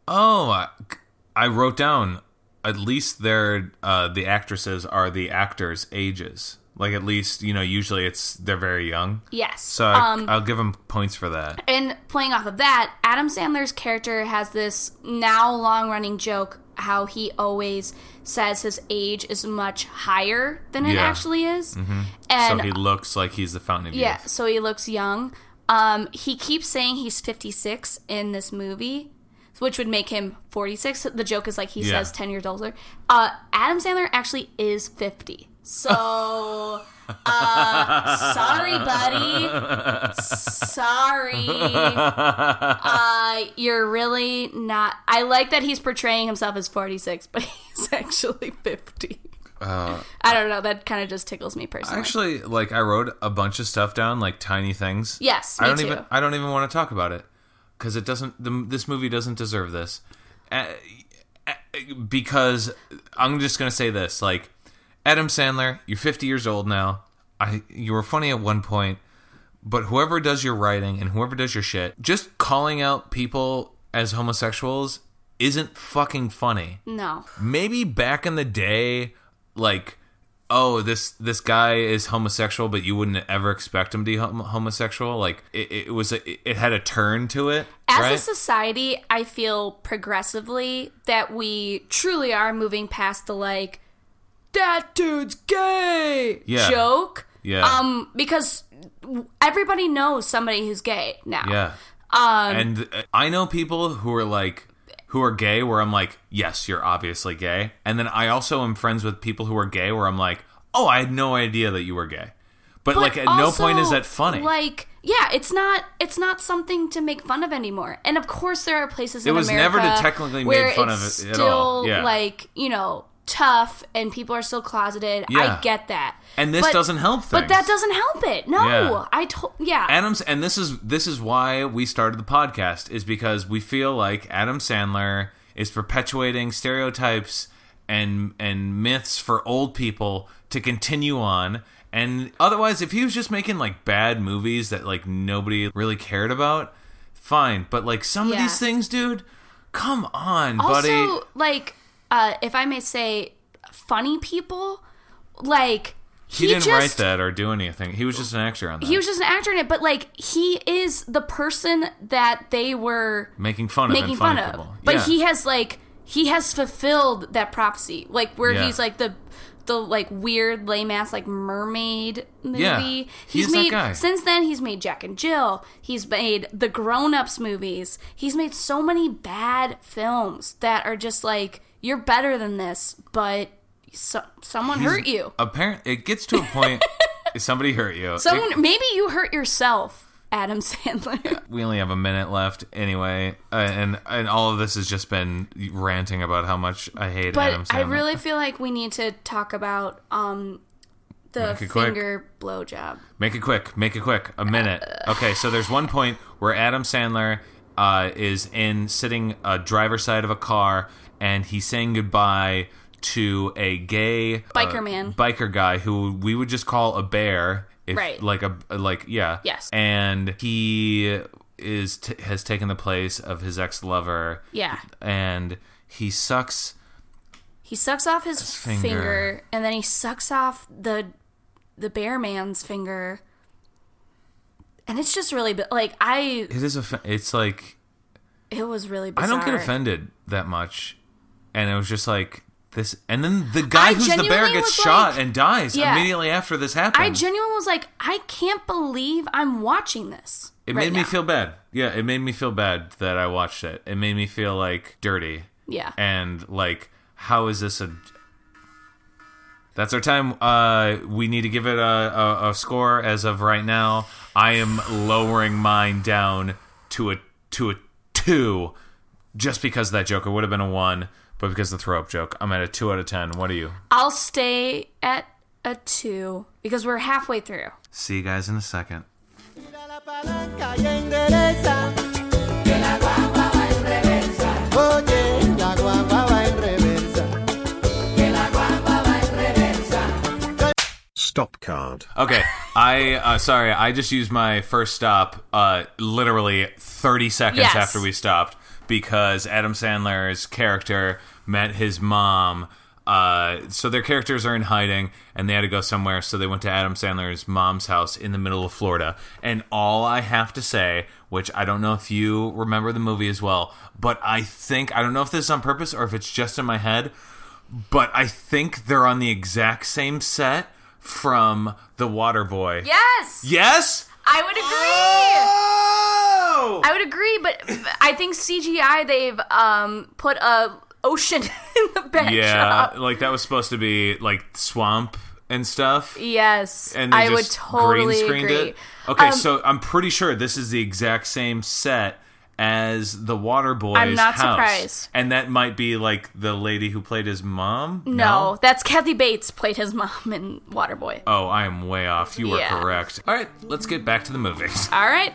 [SPEAKER 7] oh I, I wrote down at least they're uh, the actresses are the actors ages like at least you know usually it's they're very young
[SPEAKER 11] Yes.
[SPEAKER 7] so I,
[SPEAKER 11] Um,
[SPEAKER 7] i'll give them points for that
[SPEAKER 11] And playing off of that, Adam Sandler's character has this now long running joke how he always says his age is much higher than it
[SPEAKER 7] Yeah.
[SPEAKER 11] actually is.
[SPEAKER 7] Mhm.
[SPEAKER 11] And
[SPEAKER 7] so he looks like he's the fountain of
[SPEAKER 11] yeah,
[SPEAKER 7] youth.
[SPEAKER 11] so he looks young. Um, he keeps saying he's 56 in this movie, which would make him 46. The joke is like he
[SPEAKER 7] Yeah.
[SPEAKER 11] says 10 years older. Uh, Adam Sandler actually is 50. So uh, sorry, buddy. Sorry. Uh, you're really not. I like that he's portraying himself as 46, but he's actually 50.
[SPEAKER 7] Uh,
[SPEAKER 11] I don't know. That kind of just tickles me personally.
[SPEAKER 7] actually, like I wrote a bunch of stuff down, like tiny things.
[SPEAKER 11] Yes,
[SPEAKER 7] I
[SPEAKER 11] me
[SPEAKER 7] don't
[SPEAKER 11] too.
[SPEAKER 7] even. I don't even want to talk about it because it doesn't. The, this movie doesn't deserve this. Uh, uh, because I'm just gonna say this: like Adam Sandler, you're 50 years old now. I you were funny at one point, but whoever does your writing and whoever does your shit, just calling out people as homosexuals isn't fucking funny
[SPEAKER 11] no.
[SPEAKER 7] maybe back in the day like oh this this guy is homosexual but you wouldn't ever expect him to be hom- homosexual like it, it was a, it had a turn to it
[SPEAKER 11] As
[SPEAKER 7] right
[SPEAKER 11] a society, I feel progressively that we truly are moving past the like that dude's gay
[SPEAKER 7] Yeah.
[SPEAKER 11] joke.
[SPEAKER 7] Yeah.
[SPEAKER 11] Um, because everybody knows somebody who's gay now.
[SPEAKER 7] yeah
[SPEAKER 11] Um,
[SPEAKER 7] and uh, i know people who are like who are gay where i'm like yes you're obviously gay and then i also am friends with people who are gay where i'm like oh i had no idea that you were gay but, like at no
[SPEAKER 11] also,
[SPEAKER 7] point is that funny
[SPEAKER 11] Like, yeah, it's not it's not something to make fun of anymore. And of course, there are places
[SPEAKER 7] It
[SPEAKER 11] in
[SPEAKER 7] was never
[SPEAKER 11] America
[SPEAKER 7] to technically
[SPEAKER 11] where
[SPEAKER 7] make fun
[SPEAKER 11] it's
[SPEAKER 7] of it at
[SPEAKER 11] still
[SPEAKER 7] all. Yeah.
[SPEAKER 11] like you know tough, and people are still closeted.
[SPEAKER 7] Yeah.
[SPEAKER 11] I get that,
[SPEAKER 7] And this doesn't help
[SPEAKER 11] But that
[SPEAKER 7] things.
[SPEAKER 11] doesn't help it. No,
[SPEAKER 7] Yeah.
[SPEAKER 11] I told yeah.
[SPEAKER 7] Adams and this is this is why we started the podcast is because we feel like Adam Sandler is perpetuating stereotypes and and myths for old people to continue on and otherwise if he was just making like bad movies that like nobody really cared about fine but like some of
[SPEAKER 11] Yeah.
[SPEAKER 7] these things dude come on buddy
[SPEAKER 11] also, like, uh, if I may say, funny people, like he,
[SPEAKER 7] he, didn't
[SPEAKER 11] just
[SPEAKER 7] write that or do anything he was just an actor on that
[SPEAKER 11] he was just an actor in it, but like he is the person that they were
[SPEAKER 7] making fun of
[SPEAKER 11] making
[SPEAKER 7] and
[SPEAKER 11] fun
[SPEAKER 7] funny
[SPEAKER 11] of.
[SPEAKER 7] people
[SPEAKER 11] But
[SPEAKER 7] Yeah.
[SPEAKER 11] he has like he has fulfilled that prophecy, like where
[SPEAKER 7] Yeah.
[SPEAKER 11] he's like the the like weird lame ass like mermaid movie.
[SPEAKER 7] Yeah.
[SPEAKER 11] He's,
[SPEAKER 7] He's that
[SPEAKER 11] made
[SPEAKER 7] guy.
[SPEAKER 11] since then. He's made Jack and Jill. He's made the grown ups movies. He's made so many bad films that are just like you're better than this, but so, someone
[SPEAKER 7] He's-
[SPEAKER 11] hurt you.
[SPEAKER 7] apparently it gets to a point somebody hurt you It-
[SPEAKER 11] Someone maybe you hurt yourself. Adam Sandler.
[SPEAKER 7] we only have a minute left anyway, uh, and and all of this has just been ranting about how much I hate Adam
[SPEAKER 11] But
[SPEAKER 7] Sandler.
[SPEAKER 11] I really feel like we need to talk about um the
[SPEAKER 7] Make it quick.
[SPEAKER 11] finger blowjob.
[SPEAKER 7] make it quick, make it quick, a minute. Okay, so there's one point where Adam Sandler uh, is in sitting uh, driver's side of a car, and he's saying goodbye to a gay
[SPEAKER 11] Biker
[SPEAKER 7] uh,
[SPEAKER 11] man.
[SPEAKER 7] biker guy who we would just call a bear. If,
[SPEAKER 11] Right.
[SPEAKER 7] Like a like yeah.
[SPEAKER 11] Yes.
[SPEAKER 7] And he is t- has taken the place of his ex lover.
[SPEAKER 11] Yeah.
[SPEAKER 7] and he sucks.
[SPEAKER 11] He sucks off his,
[SPEAKER 7] His finger.
[SPEAKER 11] finger. and then he sucks off the the bear man's finger. And it's just really bi- like I
[SPEAKER 7] It is a. It's like
[SPEAKER 11] it was really bizarre.
[SPEAKER 7] I don't get offended that much, and it was just like this. And then the guy
[SPEAKER 11] I
[SPEAKER 7] who's the bear
[SPEAKER 11] genuinely
[SPEAKER 7] gets
[SPEAKER 11] was
[SPEAKER 7] shot
[SPEAKER 11] like-
[SPEAKER 7] and dies
[SPEAKER 11] Yeah.
[SPEAKER 7] immediately after this happened.
[SPEAKER 11] I genuinely was like, I can't believe I'm watching this.
[SPEAKER 7] it
[SPEAKER 11] right
[SPEAKER 7] made me
[SPEAKER 11] now.
[SPEAKER 7] feel bad. Yeah, it made me feel bad that I watched it. It made me feel like dirty.
[SPEAKER 11] Yeah.
[SPEAKER 7] and like how is this a? That's our time. Uh, we need to give it a, a, a score as of right now. I am lowering mine down to a to a two, just because that joker would have been a one, but because of the throw up joke, I'm at a two out of ten. What are you?
[SPEAKER 11] I'll stay at a two because we're halfway through.
[SPEAKER 7] See you guys in a second.
[SPEAKER 6] Oye, la guagua va en reversa. Que la guagua va en reversa.
[SPEAKER 12] Stop card.
[SPEAKER 7] Okay, I uh, sorry, I just used my first stop uh, literally 30 seconds
[SPEAKER 11] Yes.
[SPEAKER 7] after we stopped because Adam Sandler's character met his mom Uh, so their characters are in hiding and they had to go somewhere. So they went to Adam Sandler's mom's house in the middle of Florida. And all I have to say, which I don't know if you remember the movie as well, but I think, I don't know if this is on purpose or if it's just in my head, but I think they're on the exact same set from The Water Boy.
[SPEAKER 11] Yes.
[SPEAKER 7] Yes? Oh!
[SPEAKER 11] I would agree. I would agree, but I think CGI they've um, put a ocean in the backdrop.
[SPEAKER 7] Yeah, like that was supposed to be like swamp and stuff.
[SPEAKER 11] Yes,
[SPEAKER 7] and they
[SPEAKER 11] I
[SPEAKER 7] just
[SPEAKER 11] would totally
[SPEAKER 7] green screened
[SPEAKER 11] agree.
[SPEAKER 7] it. Okay,
[SPEAKER 11] Um,
[SPEAKER 7] so I'm pretty sure this is the exact same set as the Water Boys.
[SPEAKER 11] I'm not
[SPEAKER 7] house.
[SPEAKER 11] surprised.
[SPEAKER 7] and that might be like the lady who played his mom.
[SPEAKER 11] No, that's Kathy Bates played his mom in Waterboy.
[SPEAKER 7] Oh, I am way off. You
[SPEAKER 11] Yeah.
[SPEAKER 7] are correct. All right, let's get back to the movies.
[SPEAKER 11] All right.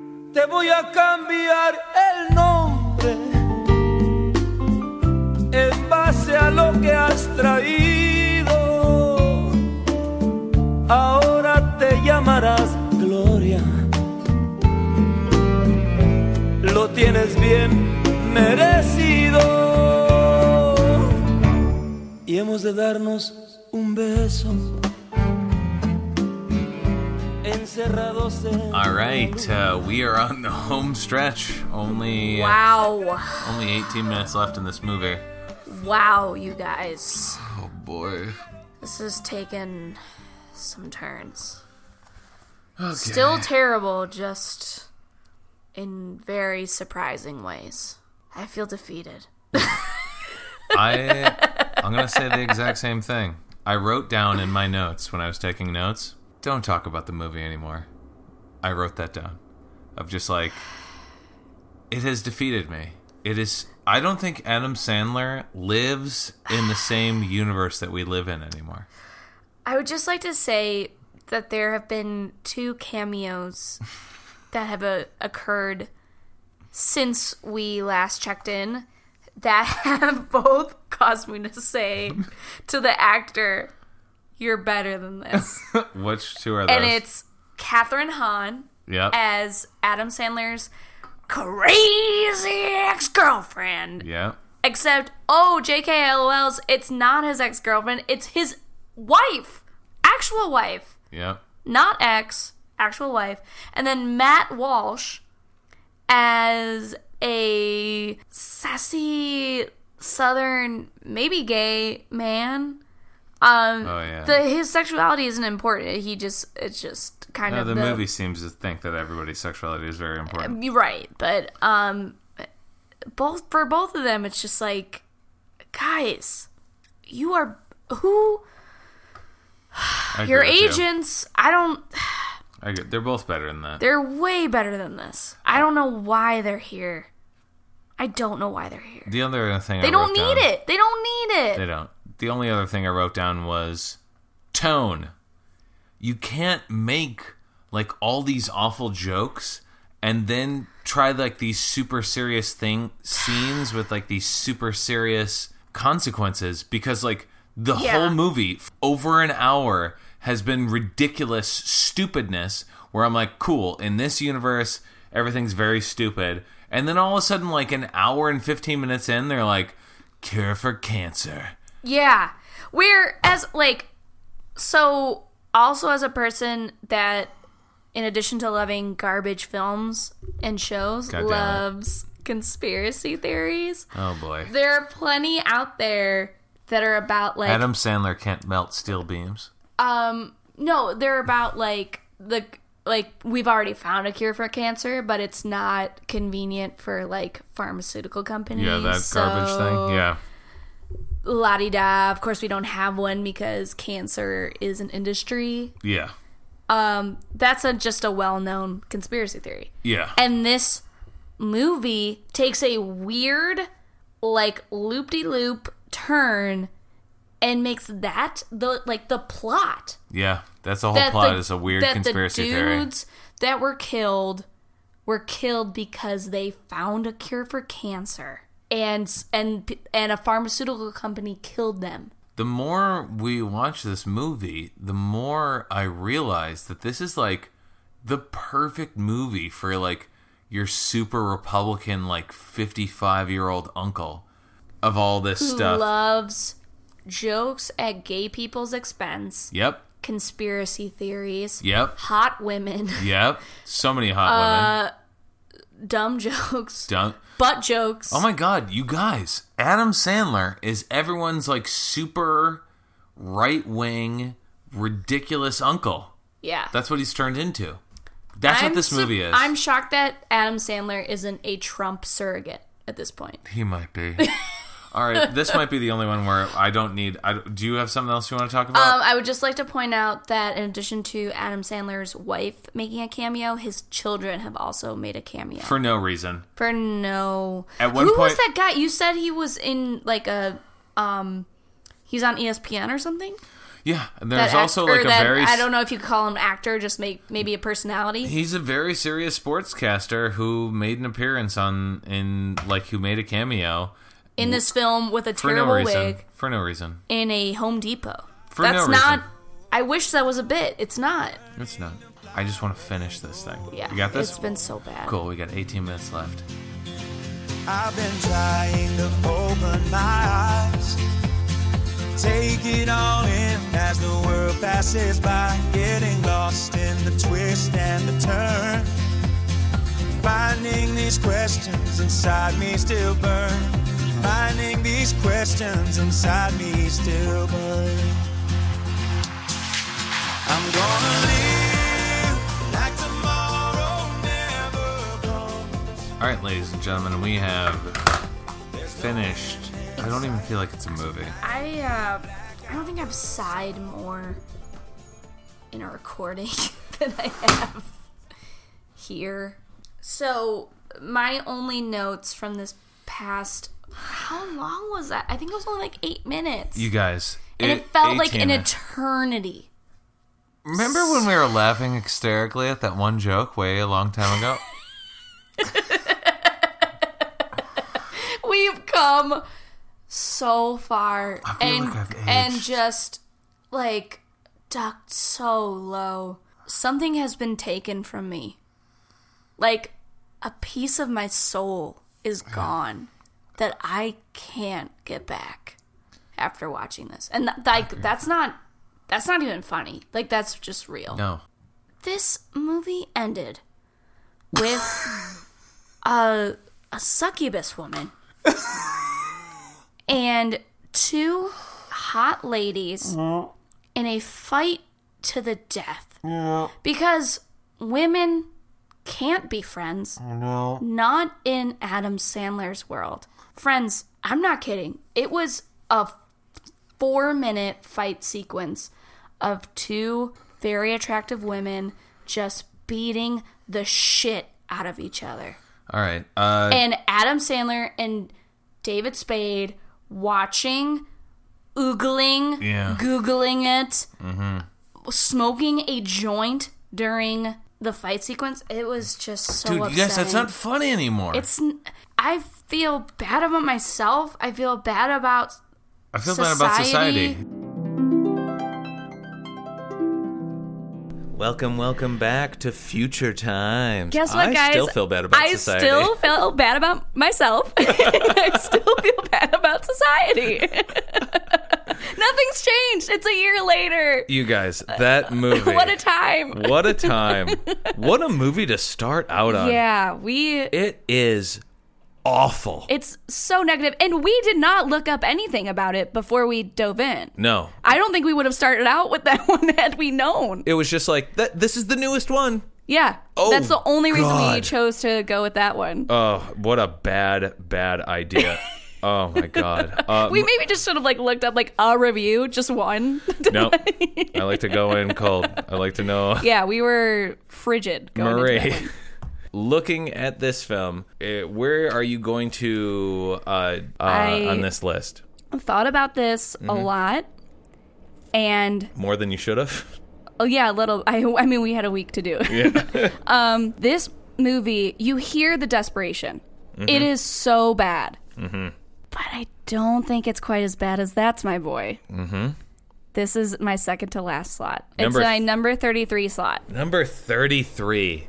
[SPEAKER 2] Te voy a cambiar el nombre en base a lo que has traído. Ahora te llamarás Gloria. Lo tienes bien merecido. Y hemos de darnos un beso. Encerrados en
[SPEAKER 7] All right, uh, we are on the home stretch. Only uh,
[SPEAKER 11] Wow.
[SPEAKER 7] only 18 minutes left in this movie.
[SPEAKER 11] Wow, you guys.
[SPEAKER 7] Oh boy.
[SPEAKER 11] This has taken some turns.
[SPEAKER 7] Okay.
[SPEAKER 11] Still terrible, just in very surprising ways. I feel defeated.
[SPEAKER 7] I I'm gonna say the exact same thing. I wrote down in my notes when I was taking notes. Don't talk about the movie anymore. I wrote that down. Of just like it has defeated me. It is. I don't think Adam Sandler lives in the same universe that we live in anymore.
[SPEAKER 11] I would just like to say that there have been two cameos that have uh, occurred since we last checked in that have both caused me to say to the actor, "You're better than this,"
[SPEAKER 7] Which two are those?
[SPEAKER 11] and it's Catherine Hahn
[SPEAKER 7] Yep.
[SPEAKER 11] as Adam Sandler's crazy ex-girlfriend.
[SPEAKER 7] yeah.
[SPEAKER 11] Except, oh, JKLOLs, it's not his ex girlfriend, it's his wife, actual wife,
[SPEAKER 7] Yeah.
[SPEAKER 11] not ex, actual wife. And then Matt Walsh as a sassy southern, maybe gay man. Um,
[SPEAKER 7] Oh, yeah.
[SPEAKER 11] the, his sexuality isn't important. He just, it's just kind
[SPEAKER 7] No,
[SPEAKER 11] of
[SPEAKER 7] the movie seems to think that everybody's sexuality is very important.
[SPEAKER 11] you're right, but um, both for both of them, it's just like, guys, you are who
[SPEAKER 7] I
[SPEAKER 11] your
[SPEAKER 7] agree with you.
[SPEAKER 11] agents. I don't.
[SPEAKER 7] I agree. They're both better than that.
[SPEAKER 11] They're way better than this. I don't know why they're here. I don't know why they're here.
[SPEAKER 7] the other thing
[SPEAKER 11] They
[SPEAKER 7] I
[SPEAKER 11] don't
[SPEAKER 7] wrote
[SPEAKER 11] need
[SPEAKER 7] down-
[SPEAKER 11] it. They don't need it.
[SPEAKER 7] They don't. The only other thing I wrote down was tone. You can't make like all these awful jokes and then try like these super serious thing scenes with like these super serious consequences because like the
[SPEAKER 13] Yeah.
[SPEAKER 7] whole movie f- over an hour has been ridiculous stupidness where I'm like cool in this universe everything's very stupid and then all of a sudden like an hour and 15 minutes in they're like cure for cancer.
[SPEAKER 11] Yeah. Whereas, like, so also as a person that, in addition to loving garbage films and shows,
[SPEAKER 7] God damn it.
[SPEAKER 11] loves conspiracy theories,
[SPEAKER 7] Oh boy.
[SPEAKER 11] there are plenty out there that are about, like,
[SPEAKER 7] Adam Sandler can't melt steel beams.
[SPEAKER 11] um, no, they're about, like, the. Like we've already found a cure for cancer, but it's not convenient for like pharmaceutical companies.
[SPEAKER 7] Yeah, that garbage
[SPEAKER 11] so-
[SPEAKER 7] thing. Yeah.
[SPEAKER 11] la di da. Of course, we don't have one because cancer is an industry.
[SPEAKER 7] Yeah.
[SPEAKER 11] Um, that's a, just a well known conspiracy theory.
[SPEAKER 7] Yeah.
[SPEAKER 11] And this movie takes a weird, like loop de loop turn and makes that the like the plot.
[SPEAKER 7] Yeah, that's the whole
[SPEAKER 11] that
[SPEAKER 7] plot
[SPEAKER 11] the-
[SPEAKER 7] is a weird
[SPEAKER 11] that
[SPEAKER 7] conspiracy
[SPEAKER 11] the
[SPEAKER 7] theory.
[SPEAKER 11] dudes that were killed were killed because they found a cure for cancer and and and a pharmaceutical company killed them.
[SPEAKER 7] the more we watch this movie, the more I realize that this is like the perfect movie for like your super Republican, like 55 year old uncle of all this
[SPEAKER 11] Who
[SPEAKER 7] stuff.
[SPEAKER 11] loves jokes at gay people's expense?
[SPEAKER 7] yep.
[SPEAKER 11] Conspiracy theories.
[SPEAKER 7] Yep.
[SPEAKER 11] Hot women.
[SPEAKER 7] Yep. So many hot
[SPEAKER 11] Uh,
[SPEAKER 7] women.
[SPEAKER 11] dumb jokes.
[SPEAKER 7] Dun-
[SPEAKER 11] Butt jokes.
[SPEAKER 7] Oh my god, you guys. Adam Sandler is everyone's like super right wing, ridiculous uncle.
[SPEAKER 11] Yeah.
[SPEAKER 7] That's what he's turned into. That's
[SPEAKER 11] I'm
[SPEAKER 7] what this
[SPEAKER 11] su-
[SPEAKER 7] movie is.
[SPEAKER 11] I'm shocked that Adam Sandler isn't a Trump surrogate at this point.
[SPEAKER 7] He might be. All right, this might be the only one where I don't need. I, do you have something else you want to talk about?
[SPEAKER 11] Um, I would just like to point out that in addition to Adam Sandler's wife making a cameo, his children have also made a cameo.
[SPEAKER 7] For no reason.
[SPEAKER 11] For no.
[SPEAKER 7] At one
[SPEAKER 11] Who
[SPEAKER 7] point-
[SPEAKER 11] was that guy? You said he was in like a um he's on ESPN or something?
[SPEAKER 7] Yeah, and there's
[SPEAKER 11] That act-
[SPEAKER 7] also
[SPEAKER 11] or
[SPEAKER 7] like a
[SPEAKER 11] that-
[SPEAKER 7] very.
[SPEAKER 11] I don't know if you could call him actor, just make maybe a personality.
[SPEAKER 7] He's a very serious sportscaster who made an appearance on in like who made a cameo
[SPEAKER 11] in this film with a
[SPEAKER 7] for no
[SPEAKER 11] terrible
[SPEAKER 7] reason.
[SPEAKER 11] wig
[SPEAKER 7] For no reason.
[SPEAKER 11] in a Home Depot.
[SPEAKER 7] For no
[SPEAKER 11] That's
[SPEAKER 7] reason.
[SPEAKER 11] not I wish that was a bit. It's not.
[SPEAKER 7] It's not. I just want to finish this thing.
[SPEAKER 11] Yeah,
[SPEAKER 7] You got this?
[SPEAKER 11] it's been so bad.
[SPEAKER 7] Cool. We got 18 minutes left.
[SPEAKER 6] I've been trying to open my eyes. Take it all in as the world passes by, getting lost in the twist and the turn. Finding these questions inside me still burn. Finding these questions inside me still burn. I'm gonna live like tomorrow never gone.
[SPEAKER 7] All right, ladies and gentlemen, we have finished. I don't even feel like it's a movie.
[SPEAKER 11] I uh, I don't think I've sighed more in a recording than I have here. So my only notes from this past how long was that? I think it was only like eight minutes.
[SPEAKER 7] You guys.
[SPEAKER 11] and it, felt like
[SPEAKER 7] 18
[SPEAKER 11] an
[SPEAKER 7] minutes.
[SPEAKER 11] eternity.
[SPEAKER 7] Remember when we were laughing hysterically at that one joke way a long time ago?
[SPEAKER 11] We've come so far
[SPEAKER 7] I feel
[SPEAKER 11] and
[SPEAKER 7] like I've aged.
[SPEAKER 11] and just like ducked so low. Something has been taken from me. Like a piece of my soul is gone that I can't get back after watching this. And th- like that's not that's not even funny. Like that's just real
[SPEAKER 7] No.
[SPEAKER 11] this movie ended with a, a succubus woman and two hot ladies in a fight to the death because women can't be friends.
[SPEAKER 7] no.
[SPEAKER 11] Not in Adam Sandler's world. Friends, I'm not kidding. It was a four minute fight sequence of two very attractive women just beating the shit out of each other.
[SPEAKER 7] All right. Uh,
[SPEAKER 11] and Adam Sandler and David Spade watching, oogling,
[SPEAKER 7] Yeah.
[SPEAKER 11] googling it,
[SPEAKER 7] hmm
[SPEAKER 11] smoking a joint during the fight sequence. It was just so
[SPEAKER 7] Dude, you guys, that's
[SPEAKER 11] upsetting.
[SPEAKER 7] not funny anymore.
[SPEAKER 11] It's. n- I feel bad about myself. I feel bad about.
[SPEAKER 7] I feel bad about society.
[SPEAKER 9] Welcome, welcome back to future times.
[SPEAKER 8] Guess what,
[SPEAKER 9] I
[SPEAKER 8] guys?
[SPEAKER 9] still feel bad about
[SPEAKER 8] I
[SPEAKER 9] society.
[SPEAKER 8] still feel bad about myself. I still feel bad about society. Nothing's changed. It's a year later.
[SPEAKER 9] You guys, that movie.
[SPEAKER 8] What a time.
[SPEAKER 9] What a time. what a movie to start out on.
[SPEAKER 8] Yeah, we.
[SPEAKER 9] It is awful.
[SPEAKER 8] It's so negative, and we did not look up anything about it before we dove in.
[SPEAKER 9] No.
[SPEAKER 8] I don't think we would have started out with that one had we known.
[SPEAKER 9] It was just like that this is the newest one.
[SPEAKER 8] Yeah,
[SPEAKER 9] Oh,
[SPEAKER 8] that's the only reason we
[SPEAKER 9] God.
[SPEAKER 8] chose to go with that one.
[SPEAKER 9] Oh, what a bad bad idea. oh my god. Uh,
[SPEAKER 8] we maybe just should have like looked up like a review, just one.
[SPEAKER 9] no. I like to go in cold. I like to know
[SPEAKER 8] yeah, we were frigid. Going into
[SPEAKER 9] Marie.
[SPEAKER 8] that one.
[SPEAKER 7] looking at this film, eh, where are you going to uh, uh,
[SPEAKER 11] I-
[SPEAKER 7] on this list?
[SPEAKER 11] Thought about this a
[SPEAKER 14] Mm-hmm.
[SPEAKER 7] Mhm.
[SPEAKER 11] lot, and
[SPEAKER 7] More than you should have.
[SPEAKER 11] oh yeah, a little. I, I mean, we had a week to do. it.
[SPEAKER 7] Yeah.
[SPEAKER 11] um, this movie, you hear the desperation.
[SPEAKER 7] Mhm.
[SPEAKER 11] It is so bad,
[SPEAKER 7] mm-hmm.
[SPEAKER 11] but I don't think it's quite as bad as that's my boy.
[SPEAKER 7] Mm-hmm.
[SPEAKER 11] This is my second to last slot.
[SPEAKER 7] Number
[SPEAKER 11] it's
[SPEAKER 7] th-
[SPEAKER 11] my number thirty-three slot.
[SPEAKER 7] Number thirty-three.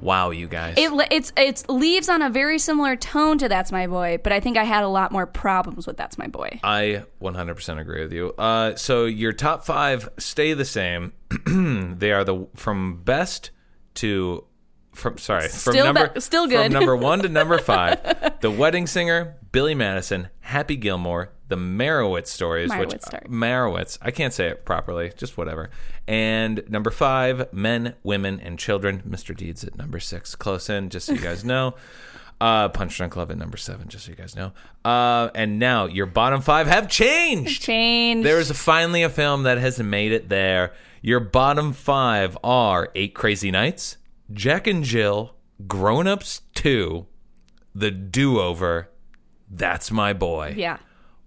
[SPEAKER 7] Wow, you guys.
[SPEAKER 11] It le- it's it's leaves on a very similar tone to That's My Boy, but I think I had a lot more problems with That's My Boy.
[SPEAKER 7] I 100% agree with you. Uh, so your top five stay the same. they are the from best to from sorry from
[SPEAKER 11] Still
[SPEAKER 7] number
[SPEAKER 11] be- still
[SPEAKER 7] from
[SPEAKER 11] good.
[SPEAKER 7] number one to number five. the Wedding Singer, Billy Madison, Happy Gilmore, The Marowitz Stories, which uh,
[SPEAKER 11] Marowitz Stories.
[SPEAKER 7] Marowitz. I can't say it properly, just whatever. And number five, Men, Women, and Children. Mr. Deeds at number six, close in, just so you guys know. Uh, Punch Drunk Love at number seven, just so you guys know. Uh, and now your bottom five have changed.
[SPEAKER 11] Changed.
[SPEAKER 7] There is finally a film that has made it there. Your bottom five are Eight Crazy Nights, Jack and Jill, Grown Ups 2, The Do Over, That's My Boy.
[SPEAKER 11] Yeah.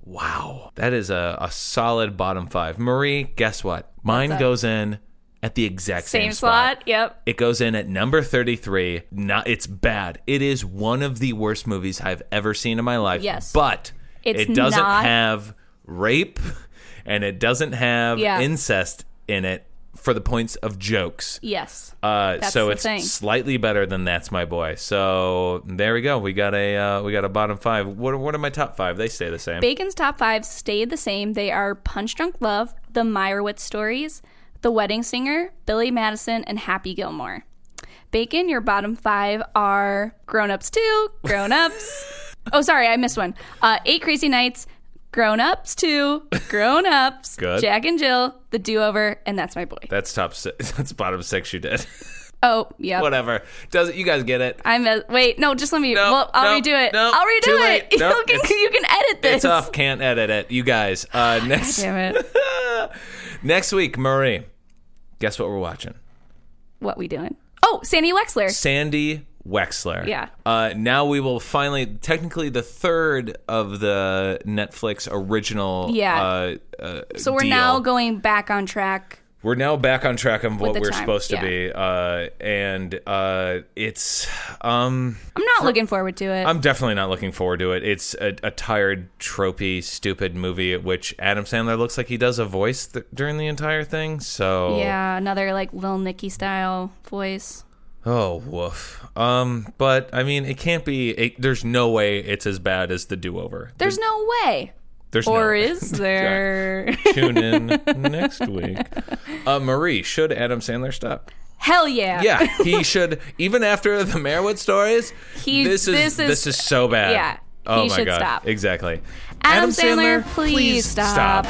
[SPEAKER 7] Wow. That is a, a solid bottom five. Marie, guess what? Mine
[SPEAKER 11] up?
[SPEAKER 7] goes in at the exact same,
[SPEAKER 11] Same, slot. Yep.
[SPEAKER 7] It goes in at number 33. Not it's bad. It is one of the worst movies I've ever seen in my life.
[SPEAKER 11] Yes.
[SPEAKER 7] But
[SPEAKER 11] It's
[SPEAKER 7] it doesn't
[SPEAKER 11] not-
[SPEAKER 7] have rape and it doesn't have
[SPEAKER 11] Yeah.
[SPEAKER 7] incest in it for the points of jokes.
[SPEAKER 11] Yes.
[SPEAKER 7] Uh,
[SPEAKER 11] That's
[SPEAKER 7] so
[SPEAKER 11] the
[SPEAKER 7] it's
[SPEAKER 11] thing.
[SPEAKER 7] slightly better than that's my boy. So there we go. We got a uh, we got a bottom five. What are- what are my top five? They stay the same.
[SPEAKER 11] Bacon's top five stayed the same. They are Punch Drunk Love, The Meyerowitz Stories, The Wedding Singer, Billy Madison, and Happy Gilmore. Bacon, your bottom five are Grown Ups 2, Grown Ups. oh, sorry, I missed one. Uh, Eight Crazy Nights, Grown Ups 2, Grown Ups,
[SPEAKER 7] Good.
[SPEAKER 11] Jack and Jill, The Do Over, and That's My Boy.
[SPEAKER 7] That's top six. That's bottom six. You did.
[SPEAKER 11] Oh, yeah.
[SPEAKER 7] Whatever. Does it? You guys get it.
[SPEAKER 11] I'm a, wait, no, just let me. well, I'll
[SPEAKER 7] no,
[SPEAKER 11] redo it.
[SPEAKER 7] no,
[SPEAKER 11] I'll redo
[SPEAKER 7] too
[SPEAKER 11] it.
[SPEAKER 7] late.
[SPEAKER 11] You,
[SPEAKER 7] No,
[SPEAKER 11] can,
[SPEAKER 7] it's-
[SPEAKER 11] you can edit this.
[SPEAKER 7] It's off. Can't edit it. You guys. Uh, next
[SPEAKER 11] Damn it.
[SPEAKER 7] next week, Marie. Guess what we're watching?
[SPEAKER 11] What we doing? Oh, Sandy Wexler.
[SPEAKER 7] Sandy Wexler.
[SPEAKER 11] Yeah.
[SPEAKER 7] Uh, now we will finally, technically, the third of the Netflix original.
[SPEAKER 11] Yeah.
[SPEAKER 7] Uh, uh,
[SPEAKER 11] So we're
[SPEAKER 7] deal.
[SPEAKER 11] now going back on track.
[SPEAKER 7] We're now back on track of what
[SPEAKER 11] the
[SPEAKER 7] we're
[SPEAKER 11] time,
[SPEAKER 7] supposed to
[SPEAKER 11] yeah.
[SPEAKER 7] be, uh, and uh, it's. Um,
[SPEAKER 11] I'm not looking forward to it.
[SPEAKER 7] I'm definitely not looking forward to it. It's a, a tired, tropey, stupid movie, which Adam Sandler looks like he does a voice th- during the entire thing. So
[SPEAKER 11] Yeah, another like Lil Nicky style voice.
[SPEAKER 7] Oh woof. Um, but I mean, it can't be. It, there's no way it's as bad as the Do Over.
[SPEAKER 11] There's no way.
[SPEAKER 7] There's no
[SPEAKER 11] or
[SPEAKER 7] way.
[SPEAKER 11] is there?
[SPEAKER 7] Tune in next week. Uh, Marie, should Adam Sandler stop?
[SPEAKER 11] Hell yeah.
[SPEAKER 7] Yeah, he should. Even after the Merowitz stories,
[SPEAKER 11] He-
[SPEAKER 7] this
[SPEAKER 11] this
[SPEAKER 7] is this
[SPEAKER 11] is-
[SPEAKER 7] is, so bad.
[SPEAKER 11] yeah,
[SPEAKER 7] Oh
[SPEAKER 11] he
[SPEAKER 7] my
[SPEAKER 11] should
[SPEAKER 7] god.
[SPEAKER 11] stop.
[SPEAKER 7] Exactly.
[SPEAKER 11] Adam, Sandler, please, stop.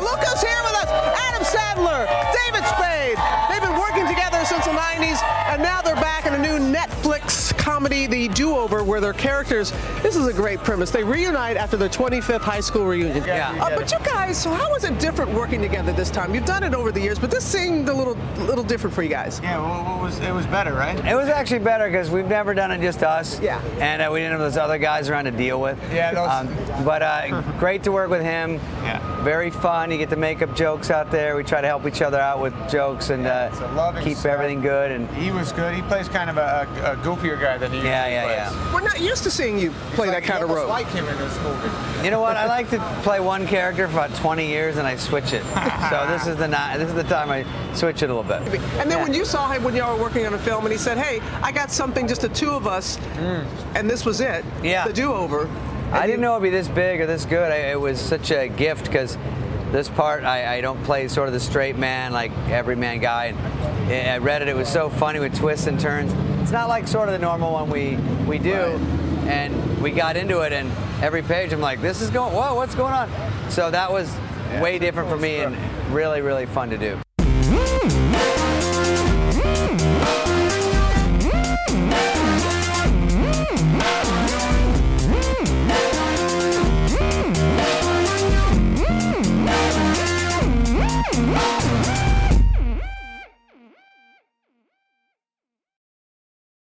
[SPEAKER 15] Look who's here with us! Adam Sandler, David Spade. They've been working together since the 90s, and now they're back in a new Netflix comedy, The Do Over, where their characters. This is a great premise. They reunite after their 25th high school reunion. Yeah.
[SPEAKER 6] Oh,
[SPEAKER 15] Uh, but you guys, so how was it different working together this time? You've done it over the years, but this seemed a little, little different for you guys.
[SPEAKER 6] Yeah, well, it was it was better, right?
[SPEAKER 14] It was actually better because we've never done it just us.
[SPEAKER 6] Yeah.
[SPEAKER 14] And uh, we didn't have those other guys around to deal with.
[SPEAKER 6] Yeah, those-
[SPEAKER 14] Um, but uh, great to work with him.
[SPEAKER 6] Yeah.
[SPEAKER 14] Very fun. You get to make up jokes out there. We try to help each other out with jokes and uh, keep everything good. And
[SPEAKER 6] He was good. He plays kind of a, a, a goofier guy than he
[SPEAKER 14] Yeah,
[SPEAKER 6] usually
[SPEAKER 14] yeah,
[SPEAKER 6] plays.
[SPEAKER 14] yeah.
[SPEAKER 6] yeah.
[SPEAKER 14] We're
[SPEAKER 6] not used to seeing you play that kind of role. like him in this movie.
[SPEAKER 14] You know what? I like to play one character for about 20 years and I switch it. so this is the ni- this is the time I switch it a little bit.
[SPEAKER 15] And
[SPEAKER 14] Yeah.
[SPEAKER 15] then when you saw him when y'all were working on a film, and he said, "Hey, I got something, just the two of us," and this was it.
[SPEAKER 14] Yeah.
[SPEAKER 15] The do-over.
[SPEAKER 14] I didn't know it'd be this big or this good. I, it was such a gift because this part I, I don't play sort of the straight man, like everyman guy. And I- I read it; it was so funny with twists and turns. It's not like sort of the normal one we we do. And we got into it, and every page I'm like, "This is going. Whoa, what's going on?" So that was way different for me, and really, really fun to do.